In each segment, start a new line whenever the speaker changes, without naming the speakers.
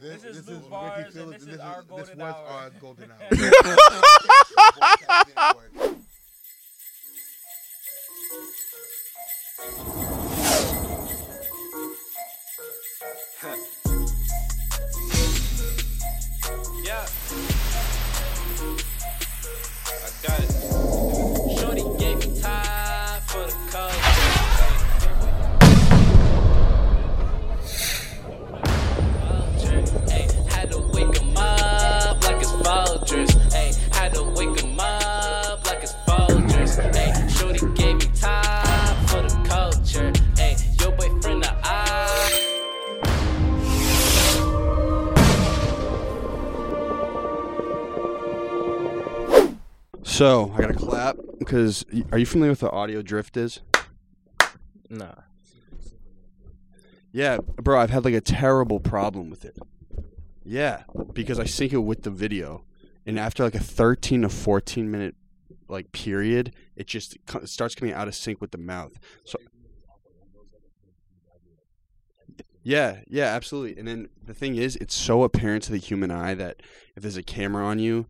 This is Lou
Ricky
Bars, and
Phillips,
this
and
is our
this
golden
was
hour.
our golden hour.
Yeah. I got it. Shorty gave me time for the culture. Hey, had to wake 'em up like it's Folgers. Hey, had to wake 'em up like it's Folgers. Hey, Shorty gave me time for the culture. Hey, your boyfriend, the eye.
So I gotta clap because are you familiar with the audio drift is?
Nah.
Yeah, bro, I've had like a terrible problem with it. Yeah, because I sync it with the video, and after like a 13 to 14 minute like period, it just co- it starts coming out of sync with the mouth. So Yeah, yeah, absolutely. And then the thing is, it's so apparent to the human eye that if there's a camera on you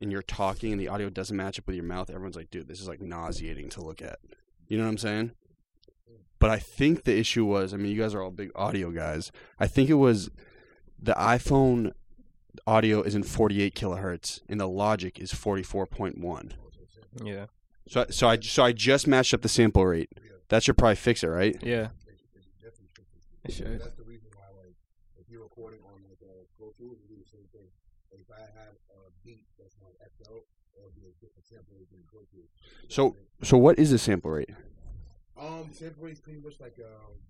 and you're talking and the audio doesn't match up with your mouth, everyone's like, "Dude, this is like nauseating to look at." You know what I'm saying? But I think the issue was, I mean, you guys are all big audio guys. I think it was the iPhone audio is in 48 kilohertz and the Logic is 44.1.
Yeah.
So I- so I so I just matched up the sample rate. That should probably fix it, right?
Yeah.
That's the reason why, like, if you're recording on like a Pro Tools, you do the same thing. Like, if I have a beat that's on XL, it'll be a different sample rate than Pro Tools.
So so what is the sample rate?
Um, sample rate's pretty much like um,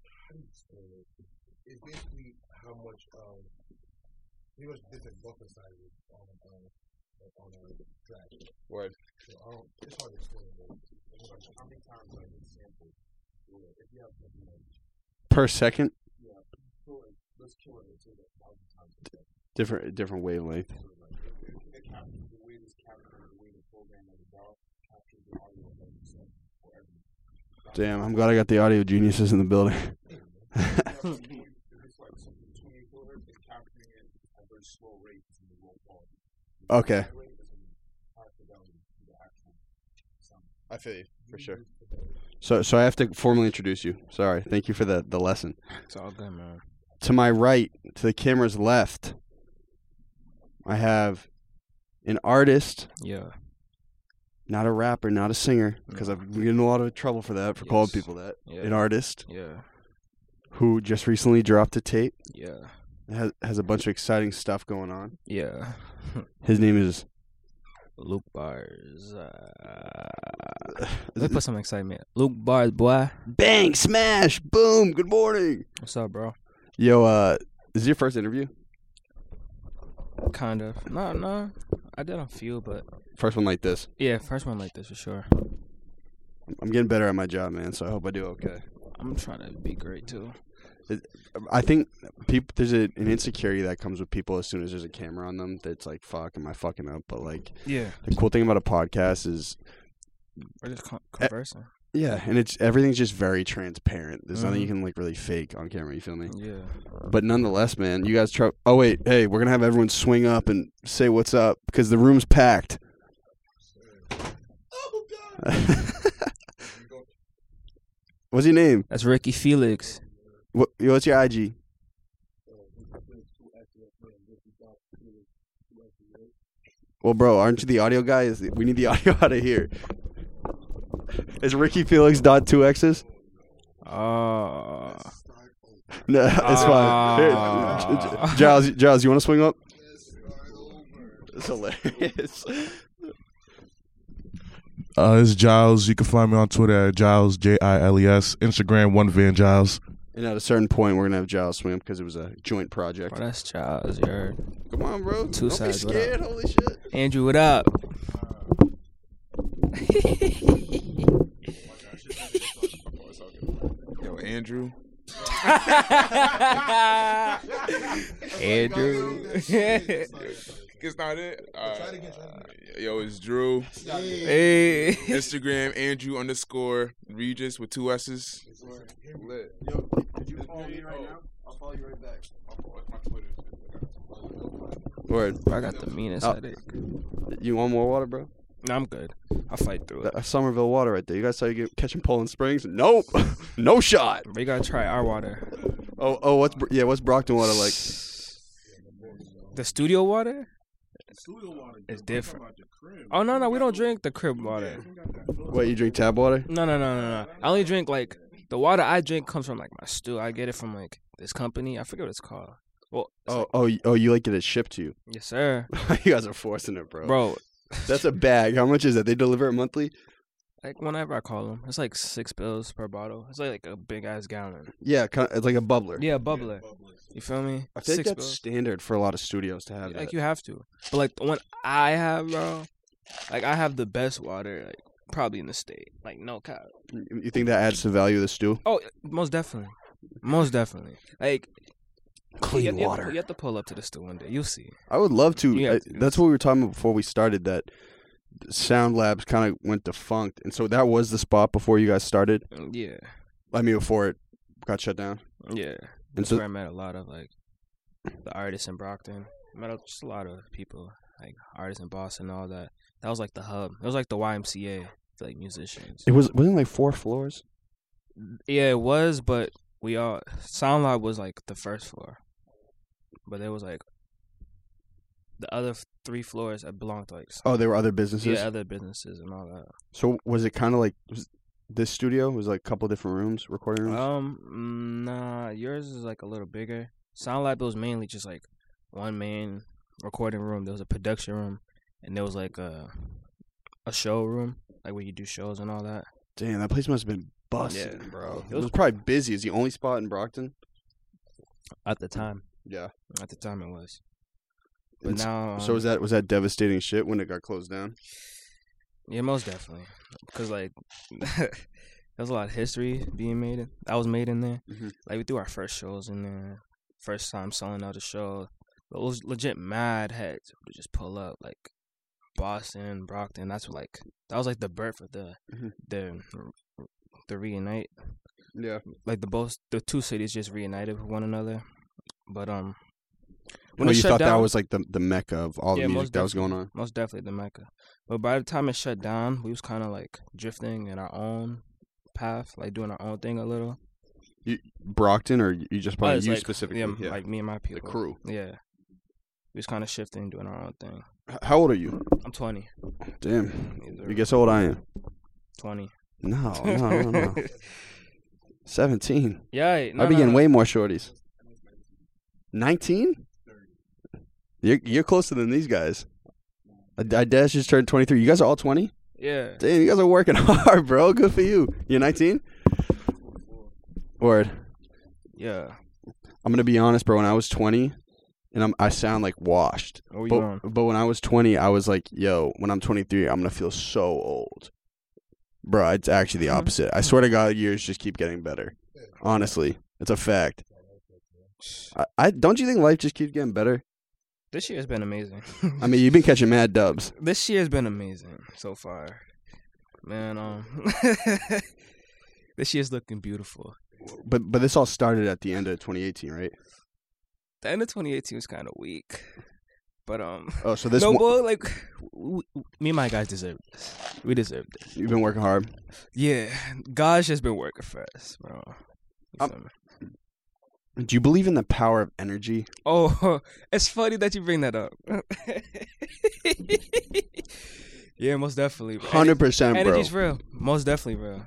how do you explain it? It's basically how much um, pretty much different buffer sizes on um, like, on a track.
Word.
So um, it's hard to explain. But it's like how many times I get sampled? Or if you have something like
Per second?
yeah, so like let's kill it to like thousand times. a day.
Different different wavelength.
So like the capture, the way this capture, the way the program like raw captures the audio of every set for every.
Damn, I'm glad I got the audio geniuses in the building. Okay. I feel you for sure. So so I have to formally introduce you. Sorry. Thank you for the the lesson.
It's all good, man.
to my right, to the camera's left, I have an artist,
Yeah.
not a rapper, not a singer, because I've been getting a lot of trouble for that, for calling
Yes.
people that.
Yeah.
An artist
Yeah.
who just recently dropped a tape,
Yeah.
has, has a bunch of exciting stuff going on.
Yeah.
His name is.
Luke Bars. Uh, let me put some excitement. Luke Bars, boy.
Bang, smash, boom, good morning.
What's up, bro?
Yo, uh, this is your first interview?
Kind of. No, no. I did a few, but
First one like this.
yeah, first one like this for sure.
I'm getting better at my job, man, so I hope I do okay.
I'm trying to be great too.
I think people there's a, an insecurity that comes with people as soon as there's a camera on them that's like fuck am I fucking up but like
Yeah.
the cool thing about a podcast is
We're just con-
Eh.
conversing.
yeah and it's everything's just very transparent there's nothing
Mhm.
you can like really fake on camera you feel me
Yeah.
but nonetheless man you guys try oh wait hey we're gonna have everyone swing up and say what's up because the room's packed what's your name
That's Ricky Felix.
what, what's your IG Well, bro, aren't you the audio guy? Is- We need the audio out of here. Is Ricky Felix dot two X's?
Oh.
No, it's fine. Here, J- J- Giles, Giles, you want to swing up? It's hilarious.
Uh, it's Giles. You can find me on Twitter at Giles J I L E S. Instagram one Van Giles.
And at a certain point, we're gonna have Giles swing up because it was a joint project.
Bro, that's Charles. You heard.
Come on, bro.
Two
Don't
sides,
be
what up?
scared. Holy shit.
Andrew, what up?
Yo, Andrew.
Andrew.
It's not it. Uh,
Try it again, try it
yo, it's Drew.
hey.
Instagram Andrew underscore Regis with two S's.
Yo, could you call me right now?
I'll follow you right back.
Word.
I got the meanest
Oh.
headache.
You want more water, bro?
No, I'm good. I'll fight through it.
That- that's Somerville water right there. You guys saw you get, catching Poland Springs? Nope. no shot.
But you gotta try our water.
Oh, oh, what's Bro- yeah? What's Brockton water like?
The studio water?
Studio water.
It's
I'm talking
different.
about the crib.
Oh no, no, we don't drink the crib water.
Wait, you drink tap water?
No, no, no, no, no. I only drink like the water I drink comes from like my stew. I get it from like this company. I forget what it's called. Well, it's
Oh,
like-
oh, you- oh, you like get it shipped to you?
yes, sir,
you guys are forcing it, bro.
bro.
That's a bag. How much is that? They deliver it monthly?
Like whenever I call them, it's like six bills per bottle. It's like, like a big ass gallon.
Yeah, kind of, it's like a bubbler.
Yeah, bubbler. You feel me?
I feel like
six
that's standard for a lot of studios to have.
bills. Like
that.
you have to, but like the one I have, bro. Like I have the best water, like probably in the state. Like no cap.
You, you think that adds to value of the stew?
Oh, most definitely, most definitely. Like you,
Clean
you have-
water.
You have to pull up to this still one day. You'll see.
I would love to.
You have
I-
to.
that's what we were talking about before we started. That Sound Labs kind of went defunct, and so that was the spot before you guys started.
Yeah,
I mean, before it got shut down.
yeah.
And
That's
so,
where I met a lot of like the artists in Brockton. I met a- just a lot of people, like artists in Boston and all that. That was like the hub. It was like the YMCA, for, like musicians.
it was wasn't it like four floors.
Yeah, it was, but we all Sound Lab was like the first floor, but there was like the other f- three floors that belonged to like some,
Oh, there were other businesses.
yeah, other businesses and all that.
So was it kind of like was this studio was like a couple different rooms, recording rooms?
Um, nah, yours is like a little bigger. Sound Lab was mainly just like one main recording room. There was a production room, and there was like a a showroom, like where you do shows and all that.
Damn, that place must have been busted,
Yeah.
bro.
It
It
was-
was probably busy. It's the only spot in Brockton.
At the time,
Yeah.
at the time it was. But
And s-
now,
so
um,
was that was that devastating shit when it got closed down?
Yeah, most definitely, because like there's a lot of history being made. In, that was made in there.
Mhm.
Like we threw our first shows in there, first time selling out a show. Those legit mad heads would just pull up, like Boston, Brockton. That's what, like that was like the birth of the
Mhm.
the the reunite.
Yeah.
Like the both the two cities just reunited with one another. But um,
When
it
Oh, you
shut
thought that
down-
was like the the mecca of all
Yeah,
the music
most
that was going on.
most definitely the Mecca. But by the time it shut down, we was kind of like drifting in our own path, like doing our own thing a little.
You, Brockton or you just probably
Us,
you
Oh, like,
specifically?
yeah,
Yeah,
m- like me and my
the
people,
crew.
Yeah, we was kind of shifting, doing our own thing.
H- How old are you?
I'm 20.
Damn,
Either
you guess how old I am.
20.
No, no, no, no. Seventeen.
yeah, no,
I be
no,
getting
no.
way more shorties. Nineteen? You're you're closer than these guys. I, I dash just turned twenty three. You guys are all twenty.
Yeah,
Damn, you guys are working hard, bro. Good for you. You're nineteen. Word.
yeah.
I'm gonna be honest, bro. When I was twenty, and I'm I sound like washed.
What were you
But,
on?
but when I was twenty, I was like, yo, when I'm twenty three, I'm gonna feel so old. Bro, it's actually the
Mhm.
opposite. I swear to God, years just keep getting better. Honestly, it's a fact. I, I don't you think life just keeps getting better?
This year has been amazing.
I mean, you've been catching mad dubs.
this year has been amazing so far, man. Um, this year's looking beautiful.
But but this all started at the end of 2018, right?
The end of 2018 was kind of weak, but um.
Oh, so this
no,
one,
boy, like w- w- me and my guys deserve this. We deserve this.
you've been working hard.
Yeah, God's just been working for us, bro. You
Um,
feel me?
Do you believe in the power of energy?
oh, it's funny that you bring that up. yeah, most definitely. bro.
Hundred percent, bro.
Energy's real. Most definitely, bro.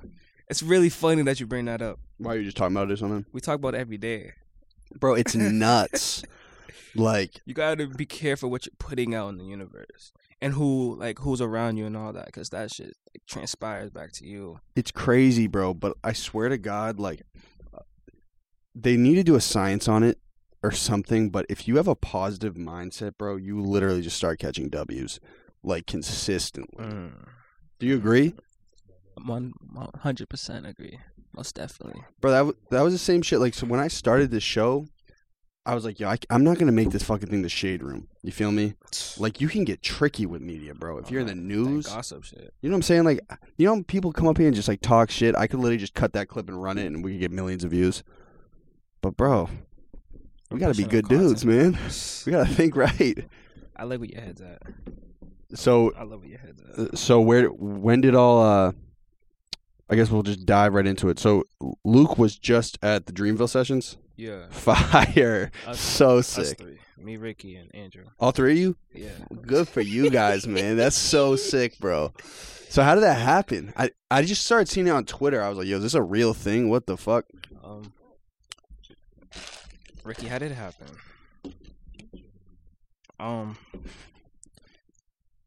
It's really funny that you bring that up.
Why are you just talking about it or something,
We talk about it every day.
bro? It's nuts. like,
You gotta be careful what you're putting out in the universe and who, like, who's around you and all that, because that shit like, transpires back to you.
it's crazy, bro. But I swear to God, like, they need to do a science on it or something. But if you have a positive mindset, bro, you literally just start catching W's like consistently.
Mm.
Do you agree?
One hundred percent agree. Most definitely.
bro. That w- that was the same shit. Like, so when I started this show, I was like, yo, I, am not gonna make this fucking thing the shade room. You feel me? Like, you can get tricky with media, bro. If you're in the news,
gossip shit.
you know what I'm saying? Like, you know, how people come up here and just like talk shit. I could literally just cut that clip and run it, and we could get millions of views. But bro, We gotta be
pushing
good
the
dudes, man.
content.
We gotta think right.
I like where your head's at.
So
I love where your head's at.
Uh, so where when did all uh I guess we'll just dive right into it. So Luke was just at the Dreamville sessions.
Yeah.
Fire.
Us-
so
Us
sick.
three. Me, Ricky, and Andrew.
All three of you?
Yeah.
Good for you guys, man. That's so sick, bro. So how did that happen? I I just started seeing it on Twitter. I was like, "Yo, is this a real thing? What the fuck?"
Um, Ricky, how did it happen? Um,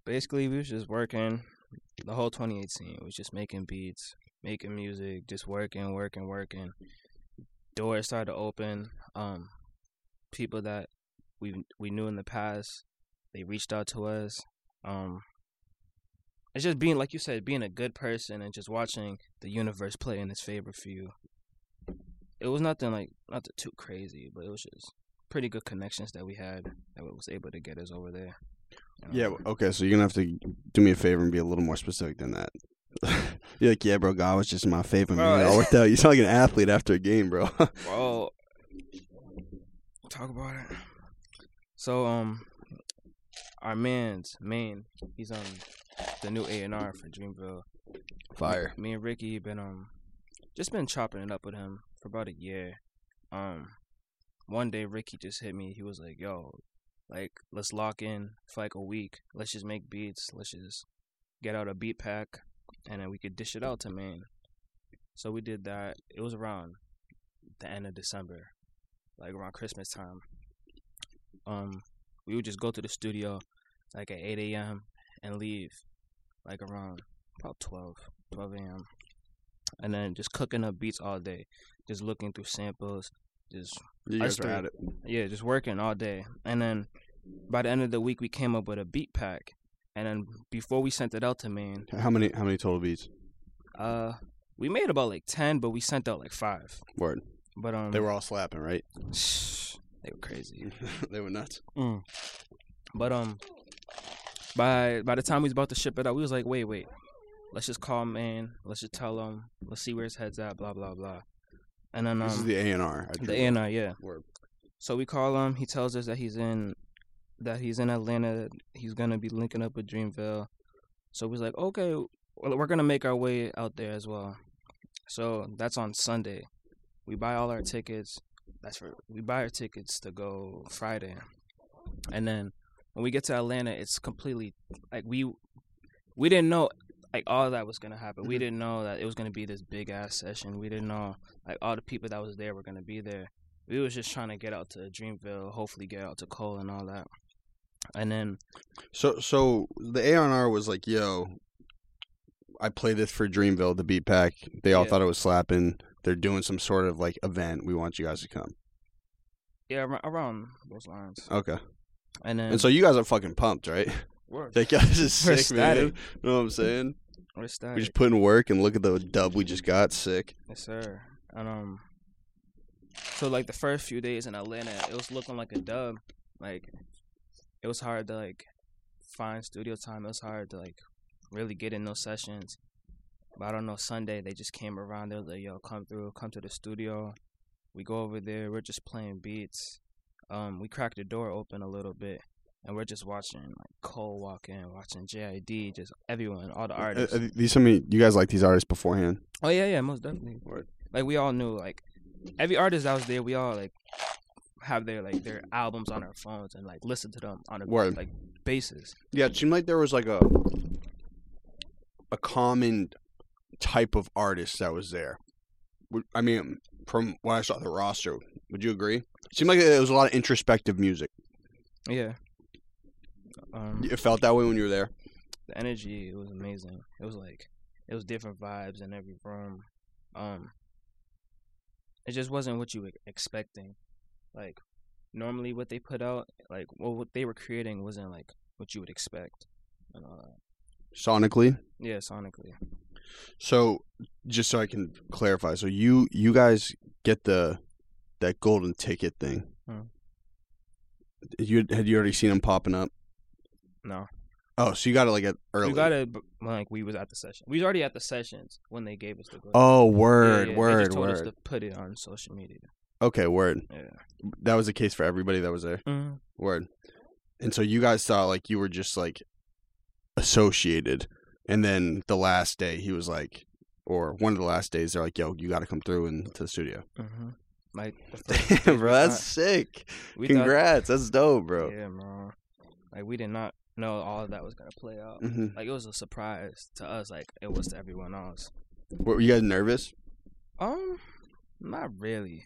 basically, we was just working the whole 2018. We was just making beats, making music, just working, working, working. Doors started to open. Um, people that we we knew in the past, they reached out to us. Um, it's just being like you said, being a good person and just watching the universe play in its favor for you it was nothing like nothing too crazy, but it was just pretty good connections that we had that was able to get us over there. And,
Yeah,
um,
okay, so you're going to have to do me a favor and be a little more specific than that. you're like, "Yeah, bro, God was just my favorite man. It all worked out. You sound like an athlete after a game, bro."
Well, talk about it. So, um, our man's main, he's on the new A and R for Dreamville.
Fire.
Me and Ricky been um, just been chopping it up with him for about a year. Um, one day Ricky just hit me. He was like, "Yo, like let's lock in for like a week. Let's just make beats. Let's just get out a beat pack, and then we could dish it out to man." So we did that. It was around the end of December, like around Christmas time. Um, we would just go to the studio like at 8 a.m. and leave like around about 12, 12 a.m. And then just cooking up beats all day, just looking through samples, just
You
Us
guys are
three.
at it.
yeah, just working all day. And then by the end of the week, we came up with a beat pack. And then before we sent it out to man,
How many how many total beats?
uh, we made about like ten, but we sent out like five.
Word.
But um,
They were all slapping, right?
they were crazy.
they were nuts.
Mm. But um, by by the time we was about to ship it out, we was like, wait, wait, let's just call man, let's just tell him, let's see where his head's at, blah blah blah. And then um,
this is the A and R.
the A and R, yeah.
Word.
So we call him. He tells us that he's in, that he's in Atlanta. He's gonna be linking up with Dreamville. So we're like, okay, well, we're gonna make our way out there as well. So that's on Sunday. We buy all our tickets. That's for we buy our tickets to go Friday, and then when we get to Atlanta, it's completely like we we didn't know like all that was gonna happen. We didn't know that it was gonna be this big ass session. We didn't know like all the people that was there were gonna be there. We was just trying to get out to Dreamville, hopefully get out to Cole and all that. And then
So so the A and R was like, yo, I play this for Dreamville, the beat pack. They all
Yeah.
thought it was slapping. They're doing some sort of like event. We want you guys to come.
yeah, ar- around those lines.
Okay.
And then
And so you guys are fucking pumped, right?
we're,
Like, yo, this is
We're
sick, man. You
static.
know what I'm saying?
we're
We
static.
just put in work and look at the dub we just got. Sick.
Yes, sir. And um, so like the first few days in Atlanta, it was looking like a dub. Like it was hard to like find studio time. It was hard to like really get in those sessions. But I don't know. Sunday they just came around. They're like, "Yo, come through, come to the studio." We go over there. We're just playing beats. Um, we crack the door open a little bit, and we're just watching like Cole walk in, watching JID, just everyone, all the
Uh,
artists.
uh, these some of you guys like these artists beforehand.
Oh yeah, yeah, most definitely. Like we all knew, like every artist that was there, we all like have their like their albums on our phones and like listen to them on a
Word.
like basis.
Yeah, it seemed like there was like a a common type of artist that was there. Would- I mean, from when I saw the roster, would you agree? It seemed like there was a lot of introspective music.
Yeah. Um,
It felt that way when you were there.
the energy it was amazing. It was like it was different vibes in every room. Um, it just wasn't what you were expecting. Like normally, what they put out, like well, what they were creating, wasn't like what you would expect. And all that.
sonically.
Yeah, sonically.
So, just so I can clarify, so you you guys get the that golden ticket thing.
Hmm.
You had you already seen them popping up?
No.
Oh, so you got it like at early.
We got it b- like we was at the session. We was already at the sessions when they gave us the. Go-
Oh,
Yeah,
word,
yeah, They
word,
just told us
word.
to put it on social media.
Okay, word.
Yeah.
That was the case for everybody that was there.
Mhm.
Word. And so you guys thought like you were just like associated, and then the last day he was like, or one of the last days they're like, "Yo, you got to come through and to the studio."
Mhm. Like the first-
Damn, bro, that's
Uh,
sick.
we thought-
Congrats, that's dope, bro.
Yeah, bro. Like we did not know all of that was gonna play out.
hmm
Like it was a surprise to us. Like it was to everyone else.
Were were you guys nervous?
Um, not really,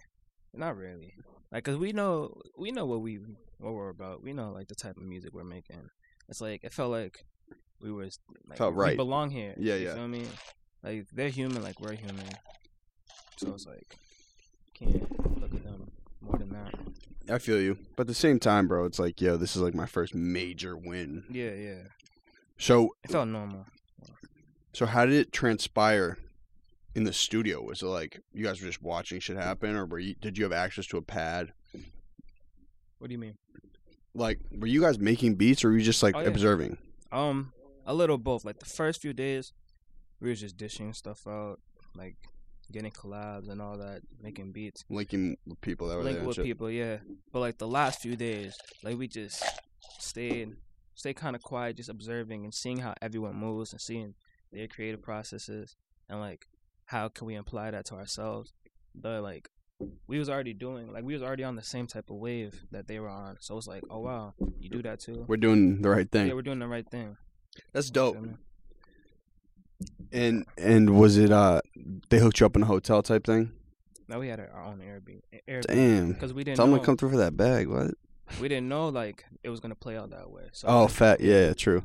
not really. Like, cause we know we know what we what we're about. We know like the type of music we're making. It's like it felt like we was like,
Felt
we
right.
belong here.
Yeah,
you
yeah.
Feel me? Like they're human, like we're human. So it's like can't look at them more than that.
I feel you, but at the same time, bro, it's like, yo, this is like my first major win.
Yeah, yeah.
So
It felt normal.
So how did it transpire in the studio? Was it like you guys were just watching shit happen, or were you, did you have access to a pad?
What do you mean?
Like, were you guys making beats, or were you just like
Oh, yeah.
observing?
Um, a little both. Like the first few days, we was just dishing stuff out, like getting collabs and all that, making beats.
Linking with people that were
link
there. and
with
shit?
people, yeah. But like the last few days, like we just stayed, stay kind of quiet, just observing and seeing how everyone moves and seeing their creative processes and like how can we apply that to ourselves. But like we was already doing, like we was already on the same type of wave that they were on. So it's like, oh wow, you do that too.
We're doing the right Oh. thing.
Yeah, we're doing the right thing.
That's
Feel
dope.
me?
And and was it uh they hooked you up in a hotel type thing?
Now we had our own Airbnb, Airbnb
Damn.
because we didn't
Tell them
know,
to come through for that bag. What?
we didn't know like it was gonna play out that way. So
Oh, fat. Yeah, yeah, true.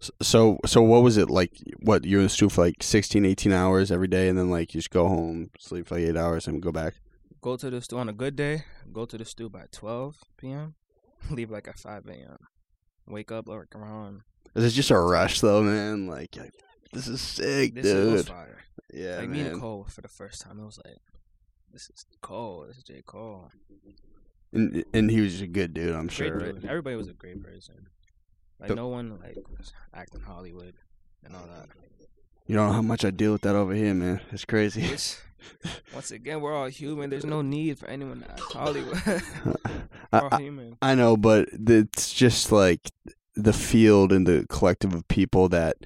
S- So so what was it like? What you were in the studio for like 16, 18 hours every day, and then like you just go home, sleep for like eight hours, and go back.
go to the store on a good day, go to the store by 12 p.m., leave like at 5 a.m., wake up like around.
This is just a rush though, man. Like, like, this is sick,
This is it was
dude.
fire.
yeah,
like me
man.
and Cole for the first time, it was like, this is Cole, this is J. Cole.
And, and he was a good dude, I'm sure.
great
right?
dude. Everybody was a great person. Like
The-
no one like was acting Hollywood and all that.
You don't know how much I deal with that over here, man. It's crazy.
It's- once again, we're all human. There's no need for anyone to act Hollywood.
I,
we're all
I,
human.
I know, but it's just like the field and the collective of people that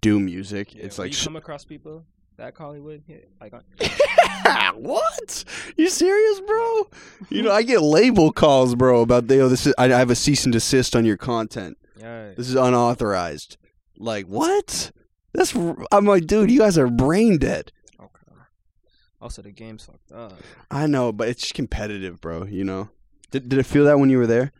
do music.
Yeah,
it's
when
like
you
sh-
come across people that act Hollywood, yeah, like uh, on-
what? You serious, bro? You know, I get label calls, bro, about yo, this is I, I have a cease and desist on your content.
yeah,
This is unauthorized. Like what? That's I'm like, dude, you guys are brain dead.
okay. Also, the game's fucked up.
I know, but it's just competitive, bro. You know. Did did it feel that when you were there?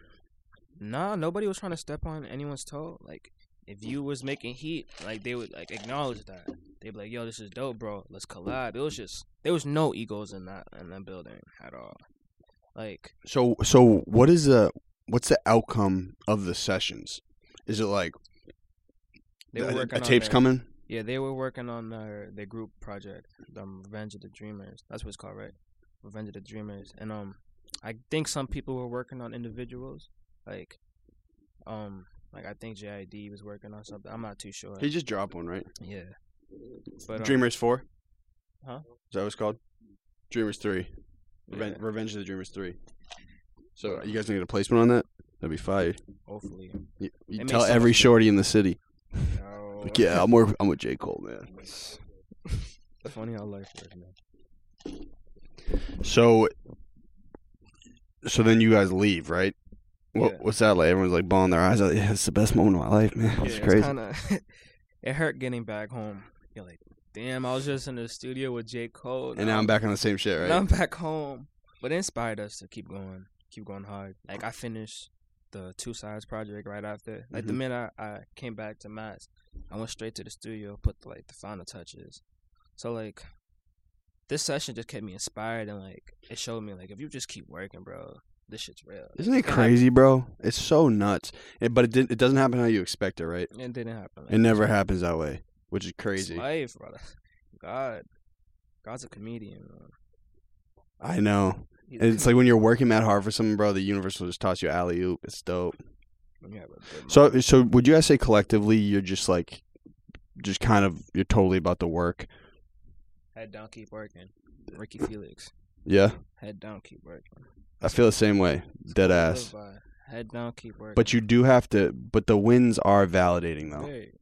Nah, nobody was trying to step on anyone's toe. Like, if you was making heat, like they would like acknowledge that. They'd be like, "Yo, this is dope, bro. Let's collab." It was just there was no egos in that in that building at all. Like,
So so what is the what's the outcome of the sessions? Is it like
They were
a- a,
working on
tape's
their-
coming?
yeah, they were working on their their group project, um, Revenge of the Dreamers. That's what it's called, right? Revenge of the Dreamers. And um, I think some people were working on individuals, like, um, like I think JID was working on something. I'm not too sure.
He just dropped one, right?
Yeah, but um,
Dreamers four.
Huh?
Is that what it's called? Dreamers three. Reven-
um, yeah.
Revenge of the Dreamers three. So you guys gonna get a placement on that? That'd be fire.
Hopefully.
You, you
It
tell
makes so
every
much-
shorty in the city.
No.
Like, yeah, I'm more, I'm with J Cole, man.
Funny how life works, man.
So, so then you guys leave, right? What,
Yeah.
What's that like? Everyone's like bawling their eyes out. Yeah, it's the best moment of my life, man. it's crazy.
Kinda, it hurt getting back home. You're like, damn, I was just in the studio with J. Cole.
and now I'm back on the same shit, right?
Now I'm back home. But it inspired us to keep going, keep going hard. Like, I finished the Two Sides project right after. Like, the
Mhm.
minute I, I came back to Matt's, I went straight to the studio, put, the, like, the final touches. So, like, this session just kept me inspired and, like, it showed me, like, if you just keep working, bro, this shit's real.
Isn't it
can
crazy, bro? It's so nuts. And, but it did, it doesn't happen how you expect it, right?
It didn't happen. like
It never happens that way, which is crazy.
It's life, brother. God, God's a comedian. Man.
I know.
He's a
And it's like when you're working that hard for something, bro. The universe will just toss you alley oop. It's dope.
comedian. You have a good
So, so would you guys say collectively you're just like, just kind of you're totally about the work?
mind. head down, keep working. Ricky Felix.
Yeah,
Head down, keep working.
I feel the same way. Dead ass.
Live by Head down, keep working.
But you do have to. But the wins are validating though.
Very,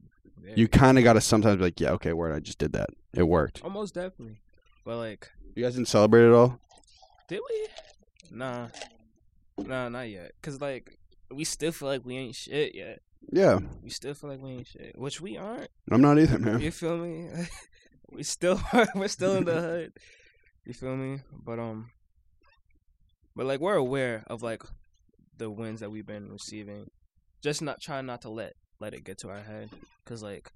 very.
You kind of got to sometimes be like, yeah, okay, word, I just did that. It worked.
almost Oh, definitely. But like,
You guys didn't celebrate at all.
did we? Nah, nah, not yet. Cause like, we still feel like we ain't shit yet.
Yeah,
We still feel like we ain't shit, which we aren't.
I'm not either, man.
You feel me? we still are. We're still in the hood. You feel me? But um, but like we're aware of like the wins that we've been receiving. Just not trying not to let let it get to our head, cause like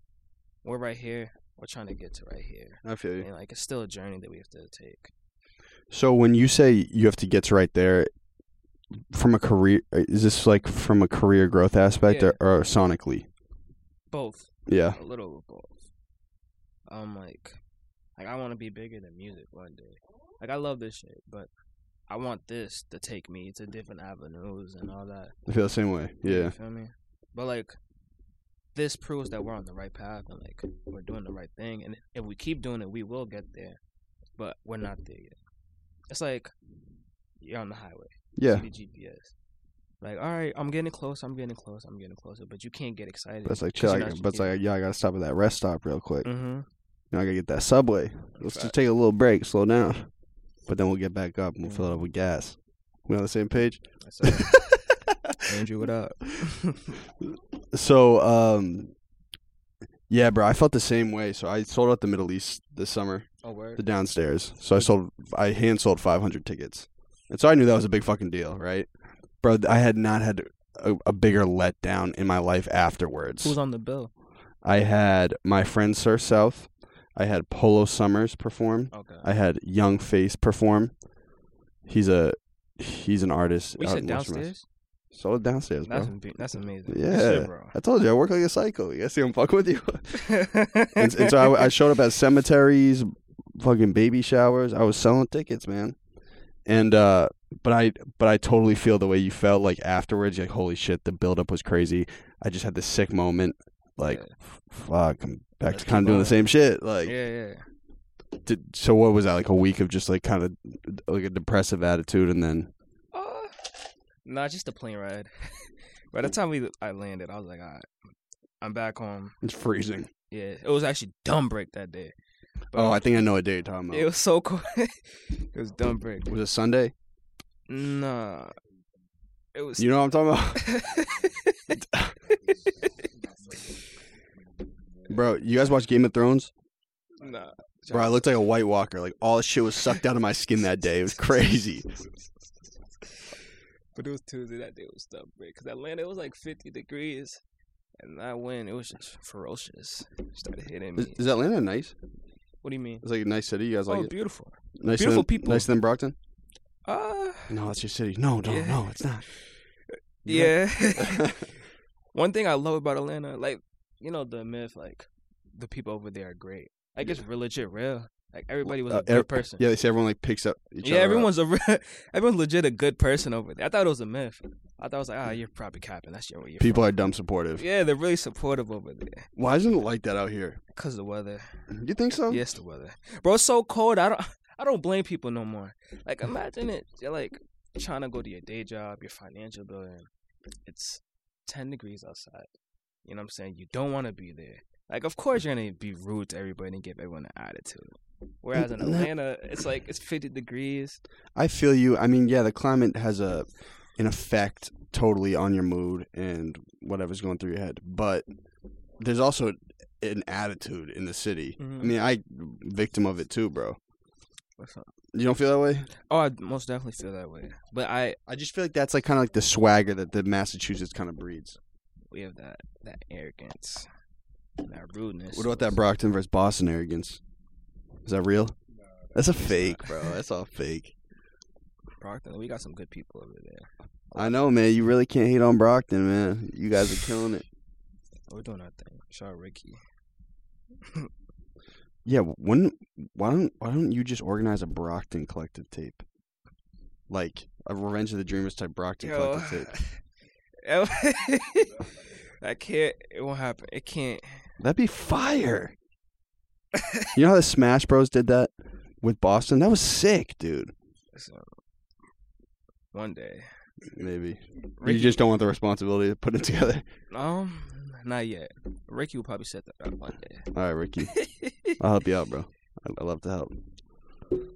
we're right here. We're trying to get to right here,
I feel you.
and like it's still a journey that we have to take.
So when you say you have to get to right there, from a career, is this like from a career growth aspect
Yeah.
or, or sonically?
Both
Yeah.
a little of both. Um, like, like I want to be bigger than music one day. Like I love this shit, but I want this to take me to different avenues and all that.
I feel the same way.
You
Yeah.
feel me? But like this proves that we're on the right path and like we're doing the right thing and if we keep doing it we will get there. But we're not there yet. It's like you're on the highway.
Yeah.
The GPS. Like, all right, I'm getting close, I'm getting close, I'm getting closer, but you can't get excited.
But it's like, chill. I,
Because you're not-
but it's like, yeah, I gotta stop at that rest stop real quick.
mm-hmm.
You know, I gotta get that subway. Let's just take a little break, slow down, but then we'll get back up and we'll fill it up with gas. We on the same page.
That's all. Andrew, what up?
So, um, yeah, bro, I felt the same way. So I sold out the Middle East this summer.
oh,
the
word.
downstairs. So I sold, I hand sold 500 tickets, and so I knew that was a big fucking deal, right, bro? I had not had a, a bigger letdown in my life afterwards.
Who's on the bill?
I had my friend Sir South, I had Polo Summers perform,
Okay.
I had Young Face perform. He's a he's an artist.
we
out
said
in Worcester, Mass.
downstairs?
Sold it downstairs, bro.
That's, am- that's amazing. Good
Yeah.
shit, bro.
I told you I work like a psycho. You guys see I'm fucking with you. and, and so I, I showed up at cemeteries, fucking baby showers. I was selling tickets, man. And uh, but I but I totally feel the way you felt like afterwards. You're Like holy shit, the buildup was crazy. I just had this sick moment. Like
Yeah.
f- fuck, I'm back
Let's
to kind of
keep
doing
on.
the same shit. Like
yeah, yeah.
did, so, what was that like a week of just like kind of like a depressive attitude, and then
Uh, nah, just a plane ride. By the time we I landed, I was like, all right, I'm back home.
it's freezing.
Yeah, it was actually dumb break that day.
Oh, I think I know a day you're talking about.
It was so cool. it was dumb break.
was it Sunday?
Nah, it was.
You know what I'm talking about. Bro, you guys watch Game of Thrones?
nah,
Bro, I looked like a White Walker. Like all the shit was sucked out of my skin that day. It was crazy.
but it was Tuesday that day. It was dumb break because Atlanta it was like 50 degrees, and I went. It was just ferocious. started hitting
Is,
me.
is Atlanta nice?
What do you mean?
It's like a nice city. You guys like
Oh,
it?
beautiful.
Nice
beautiful
than,
people.
Nicer than Brockton?
Uh,
No, that's your city. No, no,
Yeah.
no, it's not.
yeah. one thing I love about Atlanta, like you know the myth, like the people over there are great. Like it's real legit real. Like everybody was
Uh,
a good
ev-
person.
Yeah, they say everyone like picks up. Each
Yeah,
other up.
everyone's a real, everyone's legit a good person over there. I thought it was a myth. I thought it was like, ah, you're probably capping. That's your you
People are dumb supportive.
Yeah, they're really supportive over there
Why isn't it like that out here?
because the weather.
You think so?
Yes, the weather, bro. It's so cold. I don't. I don't blame people no more. Like, imagine it. You're like trying to go to your day job, your financial building. It's ten degrees outside. You know what I'm saying? You don't want to be there. Like, of course you're gonna be rude to everybody and give everyone an attitude. Whereas in
Mm, no.
Atlanta, it's like it's 50 degrees.
I feel you. I mean, yeah, the climate has a an effect totally on your mood and whatever's going through your head. But there's also an attitude in the city.
Mhm.
I mean, I victim of it too, bro.
What's up?
You don't feel that way?
Oh, I most definitely feel that way. But I
I just feel like that's like kind of like the swagger that the Massachusetts kind of breeds.
we have that that arrogance, that rudeness.
What about that Brockton versus Boston arrogance? Is that real? That's a fake, bro. That's all fake.
Brockton? We got some good people over there.
I know, man. You really can't hate on Brockton, man. You guys are killing it.
We're doing our thing. Shout out Ricky.
Yeah, when why don't why don't you just organize a Brockton collective tape? Like a Revenge of the Dreamers type Brockton
Yo,
collective tape.
I can't. It won't happen. It can't.
That'd be fire. you know how the Smash Bros did that with Boston? That was sick, dude.
So, um, one day.
Maybe you just don't want the responsibility to put it together.
Um, not yet. Ricky will probably set that up one day.
All right, Ricky, I'll help you out, bro. I, I love to help.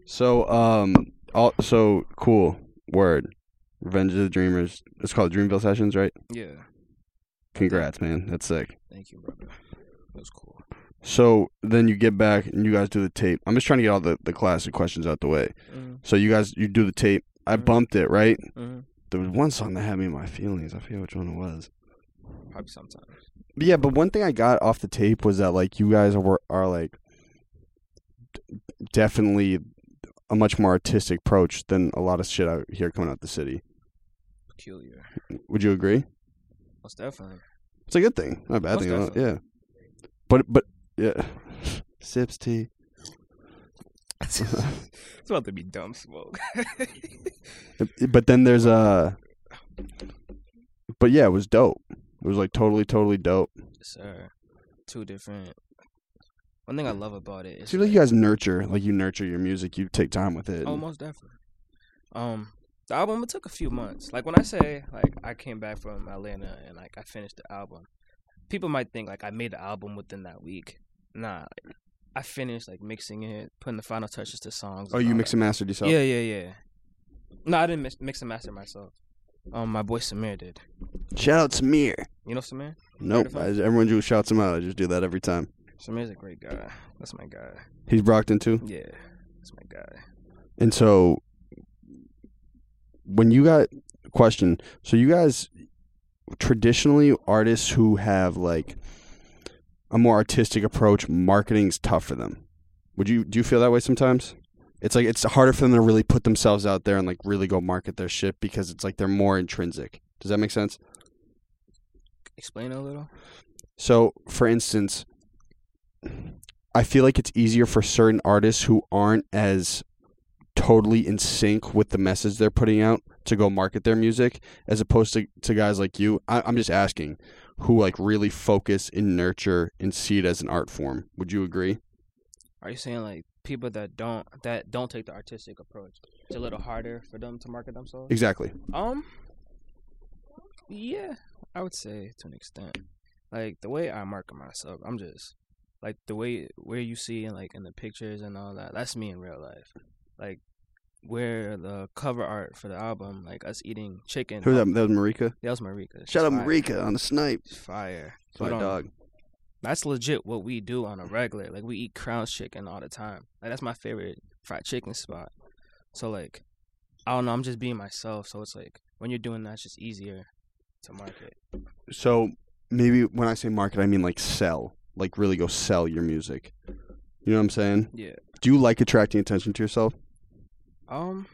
So, um, all, so cool. Word, Revenge of the Dreamers. It's called Dreamville Sessions, right?
yeah.
Congrats, man. That's sick.
Thank you, brother. That was cool.
So then you get back and you guys do the tape. I'm just trying to get all the, the classic questions out the way.
Mm,
So you guys you do the tape. I
Mhm.
bumped it, right?
mm,
There was one song that had me in my feelings. I forget which one it was.
probably sometimes.
But yeah, but one thing I got off the tape was that like you guys were are like d- definitely a much more artistic approach than a lot of shit out here coming out the city.
Peculiar.
Would you agree?
Most definitely.
It's a good thing, not a bad
Most
thing. at all. Yeah,
definitely.
but but yeah, sips tea.
it's about to be dumb smoke.
But then there's a. But yeah, it was dope. It was like totally, totally dope.
Sir. Two different. One thing I love about it
It
is
seems like
that-
you guys nurture, like you nurture your music. You take time with it.
Oh,
and-
most definitely. Um, the album it took a few months. Like when I say like I came back from Atlanta and like I finished the album, people might think like I made the album within that week. Nah, like, I finished like mixing it, putting the final touches to songs.
oh,
and
you
all
mix
that.
and mastered yourself.
Yeah, yeah, yeah. No, I didn't mix, mix and master myself. Um, my boy Samir did.
Shout out Samir.
You know Samir?
Nope, I, everyone just shouts him out. I just do that every time.
Samir's a great guy. That's my guy.
He's Brockton too.
Yeah, that's my guy.
And so, when you got question, so you guys traditionally artists who have like a more artistic approach, marketing's tough for them. Would you do you feel that way sometimes? It's like it's harder for them to really put themselves out there and like really go market their shit because it's like they're more intrinsic. Does that make sense?
Explain a little.
So, for instance, I feel like it's easier for certain artists who aren't as totally in sync with the message they're putting out to go market their music as opposed to, to guys like you. I, I'm just asking who like really focus and nurture and see it as an art form. Would you agree?
Are you saying like people that don't that don't take the artistic approach? It's a little harder for them to market themselves.
Exactly.
Um, yeah, I would say to an extent. Like the way I market myself, I'm just like the way where you see like in the pictures and all that. That's me in real life. Like where the cover art for the album, like us eating chicken.
Who was that? That was Marika.
That was Marika.
Shout out
She's fire.
Marika on the snipe.
She's Fire.
It's my
But, um,
dog.
that's legit what we do on a regular. Like we eat Crown's chicken all the time. Like that's my favorite fried chicken spot. So like, I don't know. I'm just being myself. So it's like when you're doing that, it's just easier to market.
So maybe when I say market, I mean like sell, like really go sell your music. You know what I'm saying?
Yeah.
Do you like attracting attention to yourself?
Um.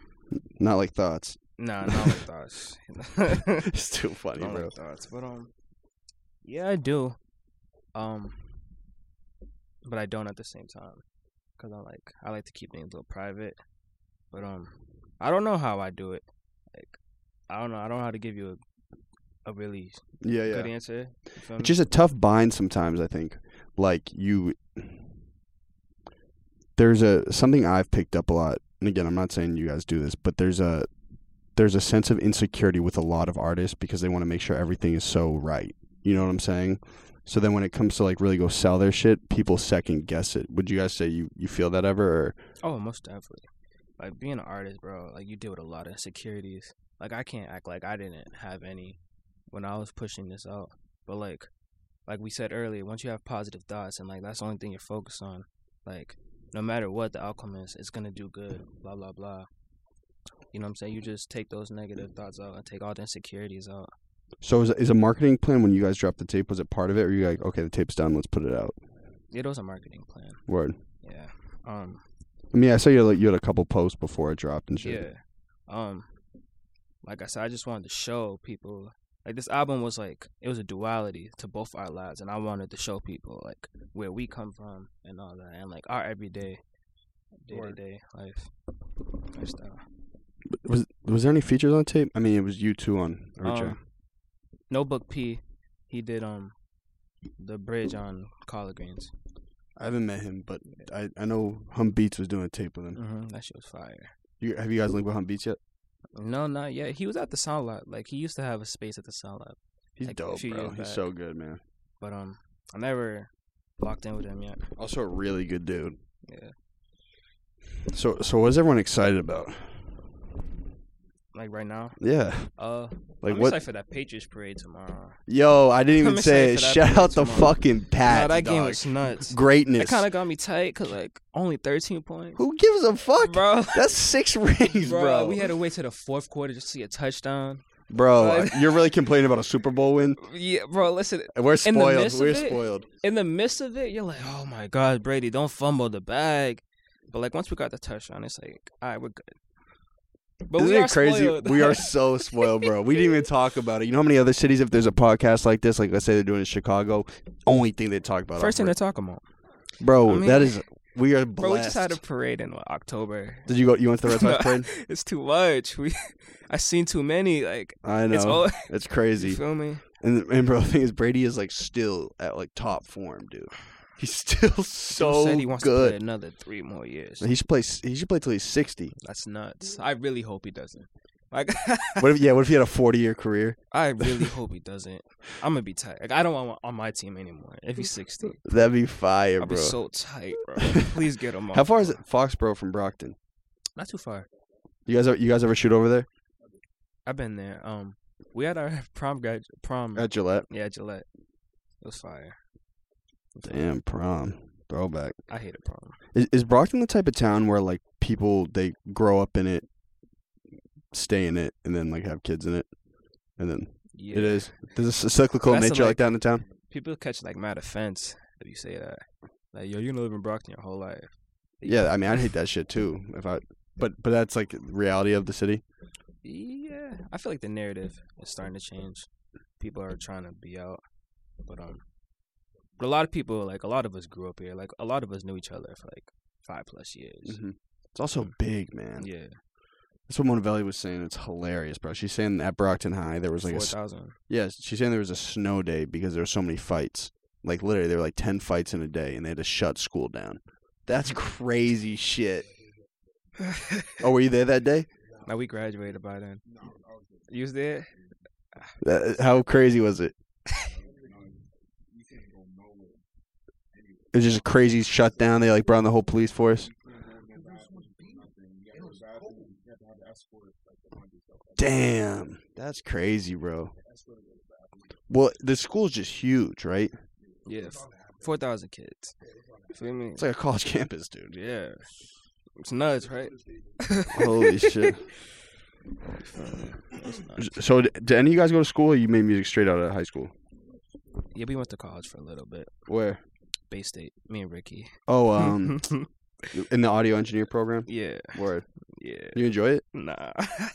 Not like thoughts.
Nah, not like thoughts. not
It's too funny, bro.
like thoughts. But um, yeah, I do. Um, but I don't at the same time because I like I like to keep things a little private. But um, I don't know how I do it. Like, I don't know. I don't know how to give you a a really
Yeah,
good
yeah.
answer. You feel me?
It's just a tough bind sometimes. I think, like you, there's a something I've picked up a lot. And again, I'm not saying you guys do this, but there's a there's a sense of insecurity with a lot of artists because they want to make sure everything is so right. You know what I'm saying? So then, when it comes to like really go sell their shit, people second guess it. Would you guys say you you feel that ever? Or
oh, most definitely. Like being an artist, bro. Like you deal with a lot of insecurities. Like I can't act like I didn't have any when I was pushing this out. But like, like we said earlier, once you have positive thoughts and like that's the only thing you're focused on. Like, no matter what the outcome is, it's gonna do good. Blah blah blah. You know what I'm saying? You just take those negative thoughts out and take all the insecurities out.
so is is a marketing plan when you guys dropped the tape? Was it part of it, or you like okay, the tape's done, let's put it out?
It was a marketing plan.
Word.
Yeah. Um.
I mean, I saw you like you had a couple posts before it dropped and shit.
Yeah. Um, like I said, I just wanted to show people like this album was like it was a duality to both our lives, and I wanted to show people like where we come from and all that, and like our everyday, day to day life, lifestyle.
Was was there any features on tape? I mean, it was you two on every track.
Um, Notebook P, he did um the bridge on collard greens.
I haven't met him, but I I know Hum Beats was doing a tape with him.
hmm Mm-hmm, That shit was fire.
You, have you guys linked behind beats yet?
No, not yet. He was at the sound lab. Like he used to have a space at the sound lab.
He's
Like, a
dope,
few
bro.
years
He's
back.
so good, man.
But um I never locked in with him yet.
Also a really good dude.
Yeah.
So so what is everyone excited about?
Like right now.
Yeah.
Uh
Like
I'm
what
excited for that Patriots parade tomorrow.
Yo, I didn't
I'm
even say it.
excited for that
Shout
parade
out the
tomorrow.
fucking
Nah,
Pat.
that game was nuts. That
greatness.
kind of got me tight cuz like only 13 points.
Who gives a fuck?
Bro.
That's six rings, bro.
Bro, we had to wait to the fourth quarter just to see a touchdown.
bro,
Like-
you're really complaining about a Super Bowl win?
Yeah, bro, listen,
And we're
In the
spoiled.
midst of
We're
it?
spoiled.
in the midst of it, you're like, oh my God, Brady, don't fumble the bag. But like once we got the touchdown, it's like, all right, we're good. But
Isn't
we are
it crazy?
spoiled.
We are so spoiled, bro. We didn't even talk about it. You know how many other cities, if there's a podcast like this, like let's say they're doing it in Chicago, only thing they talk about.
first
on-
thing they're talking about.
bro,
I mean-
that is we are blessed.
Bro, we just had a parade in what, October.
Did you go? You went to the Red
No.
Sox parade?
It's too much. We, I seen too many. Like
I know.
it's
It's,
all. You
crazy.
feel me?
And and bro, the thing is, Brady is like still at like top form, dude. He's still so
Dude said he wants to play
good.
another three more years.
He should play. He should play till he's sixty.
That's nuts. I really hope he doesn't. Like,
What if? Yeah. What if he had a forty-year career?
I really hope he doesn't. I'm gonna be tight. Like, I don't want him on my team anymore. If he's 60,
That'd be fire,
I'll
bro.
be so tight, bro. Please get him off.
How far is it, Foxborough from Brockton?
Not too far.
You guys, ever, you guys ever shoot over there
I've been there. Um, we had our prom grad prom.
at Gillette?
yeah, Gillette. It was fire.
Damn, prom throwback.
I hate a prom.
Is, is Brockton the type of town where like people they grow up in it, stay in it, and then like have kids in it, and then
Yeah.
it is. There's a cyclical
That's
nature
like-
like that in the town.
People catch like mad offense if you say that. Like, yo, you gonna live in Brockton your whole life.
Yeah, I mean, I'd hate that shit too. If I, but but that's like reality of the city.
Yeah, I feel like the narrative is starting to change. People are trying to be out, but um, but a lot of people, like a lot of us, grew up here. Like a lot of us knew each other for like five plus
Mm-hmm.
years.
It's also big, man.
Mm-hmm. Yeah,
That's what Montevelli was saying. It's hilarious, bro. She's saying at Brockton High there was like a
four
s-
thousand.
yeah. She's saying there was a snow day because there were so many fights. Like literally, there were like ten fights in a day, and they had to shut school down. That's crazy shit. Oh, were you there that day?
now we graduated by then. You was there?
That, how crazy was it? It was just a crazy shutdown. They like brought in the whole police force. Damn, that's crazy, bro. Well, the school's just huge, right?
Yeah, four thousand kids. You feel me?
It's like a college campus, dude.
yeah, it's nuts, right?
Holy shit.
It's nuts.
So, d- did any of you guys go to school? Or you made music straight out of high school.
Yeah, we went to college for a little bit.
Where?
Bay State, me and Ricky.
Oh, um, in the audio engineer program.
yeah,
Word.
yeah.
You enjoy it?
Nah,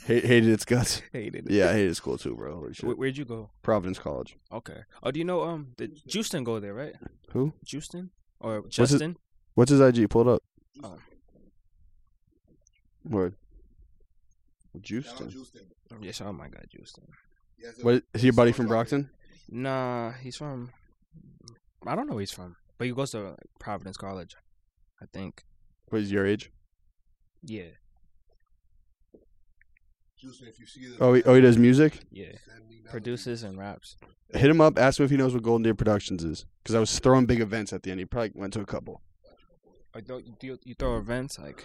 Hate, hated its guts.
hated it.
Yeah, I hated school too, bro. Holy shit.
Where, where'd you go?
Providence College.
Okay. Oh, do you know um the Justin go there, right?
Who?
Justin or
it-
Justin?
What's his IG? Pull it up.
Oh.
Uh, Word. Justin.
Yes. Oh my God, Justin.
What is he a buddy from Brockton?
Nah, he's from. I don't know where he's from, but he goes to like, Providence College, I think.
What is your age?
Yeah.
Oh, he, oh, he does music.
Yeah. Produces and raps.
Hit him up. Ask him if he knows what Golden Deer Productions is. Because I was throwing big events at the end. He probably went to a couple.
Or do, do you, you throw events like? like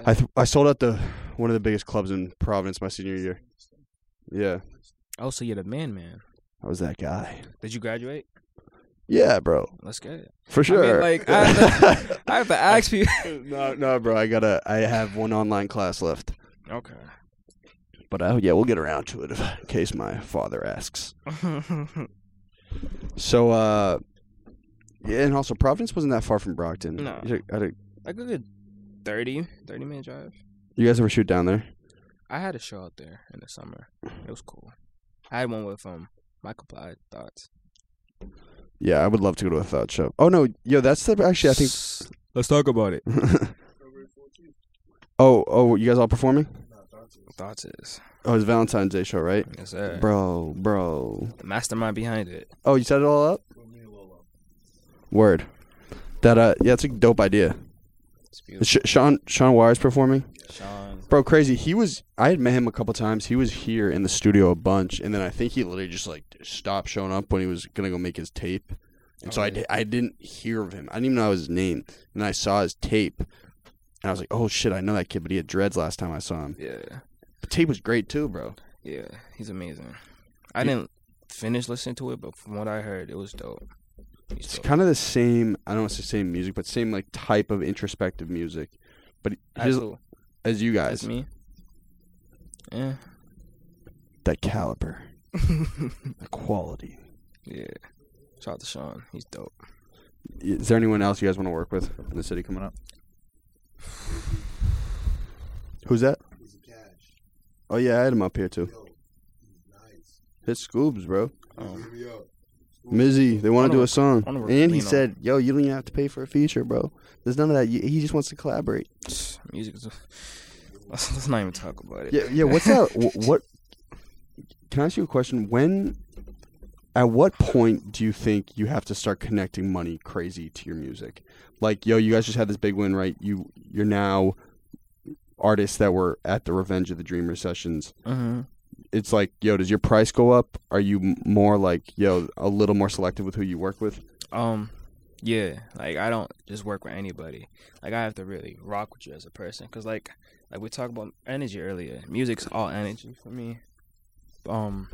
I
that?
th- I sold out the one of the biggest clubs in Providence my senior year. Yeah,
oh, so you're the man, man.
I was that guy.
Did you graduate?
Yeah, bro,
Let's get it.
for sure.
like, I have I have to ask you.
no, no, bro. I gotta. I have one online class left.
okay.
But uh, yeah, we'll get around to it if, in case my father asks. So, uh, yeah, and also Providence wasn't that far from Brockton.
No.
You, took- I took-
like a good 30, 30 minute drive.
you guys ever shoot down there?
I had a show out there in the summer. It was cool. I had one with um Michael Bly thoughts.
Yeah, I would love to go to a thought show. Oh no, yo, that's the actually I
let's talk about it.
think. oh, oh, you guys all performing?
Thoughts is
Oh, it's Valentine's Day show, right?
yes, sir.
Bro, bro.
The mastermind behind it.
Oh, you set it all up? Word. That uh, yeah, it's a dope idea.
It's
Is
beautiful.
Sh- Sean Sean Wire's performing.
Sean,
Bro, crazy. He was. I had met him a couple times. He was here in the studio a bunch, and then I think he literally just like stopped showing up when he was gonna go make his tape. And so I, di- I didn't hear of him. I didn't even know his name. And I saw his tape, and I was like, oh shit, I know that kid. But he had dreads last time I saw him.
Yeah,
The tape was great too, bro.
yeah, he's amazing. I didn't finish listening to it, but from what I heard, it was dope. He's
It's
dope.
kind of the same. I don't want to say same music, but same like type of introspective music. But his,
That's who-
as you
that's
guys,
me. Yeah,
that caliber, the quality.
yeah. Shout out to Sean. He's dope.
Is there anyone else you guys want to work with in the city coming up? Who's that?
He's a cash.
Oh yeah, I had him up here too.
Yo, he's nice.
Hit Scoobs, bro.
Hit me up.
Mizzy, they want
Wanna
to do a
work-
song,
wanna work
and
with
he
Lino.
said, "Yo, you don't even have to pay for a feature, bro. There's none of that. You- He just wants to collaborate."
Music is. Let's, let's not even talk about it.
Yeah, yeah. What's that? wh- what? Can I ask you a question? When, at what point do you think you have to start connecting money crazy to your music? Like, yo, you guys just had this big win, right? You you're now artists that were at the Revenge of the Dreamer sessions.
Mm-hmm.
It's like, yo, does your price go up? Are you m- more like, yo, a little more selective with who you work with?
Um, yeah, like I don't just work with anybody. Like I have to really rock with you as a person, cause like like we talked about energy earlier. Music's all energy for me. Um,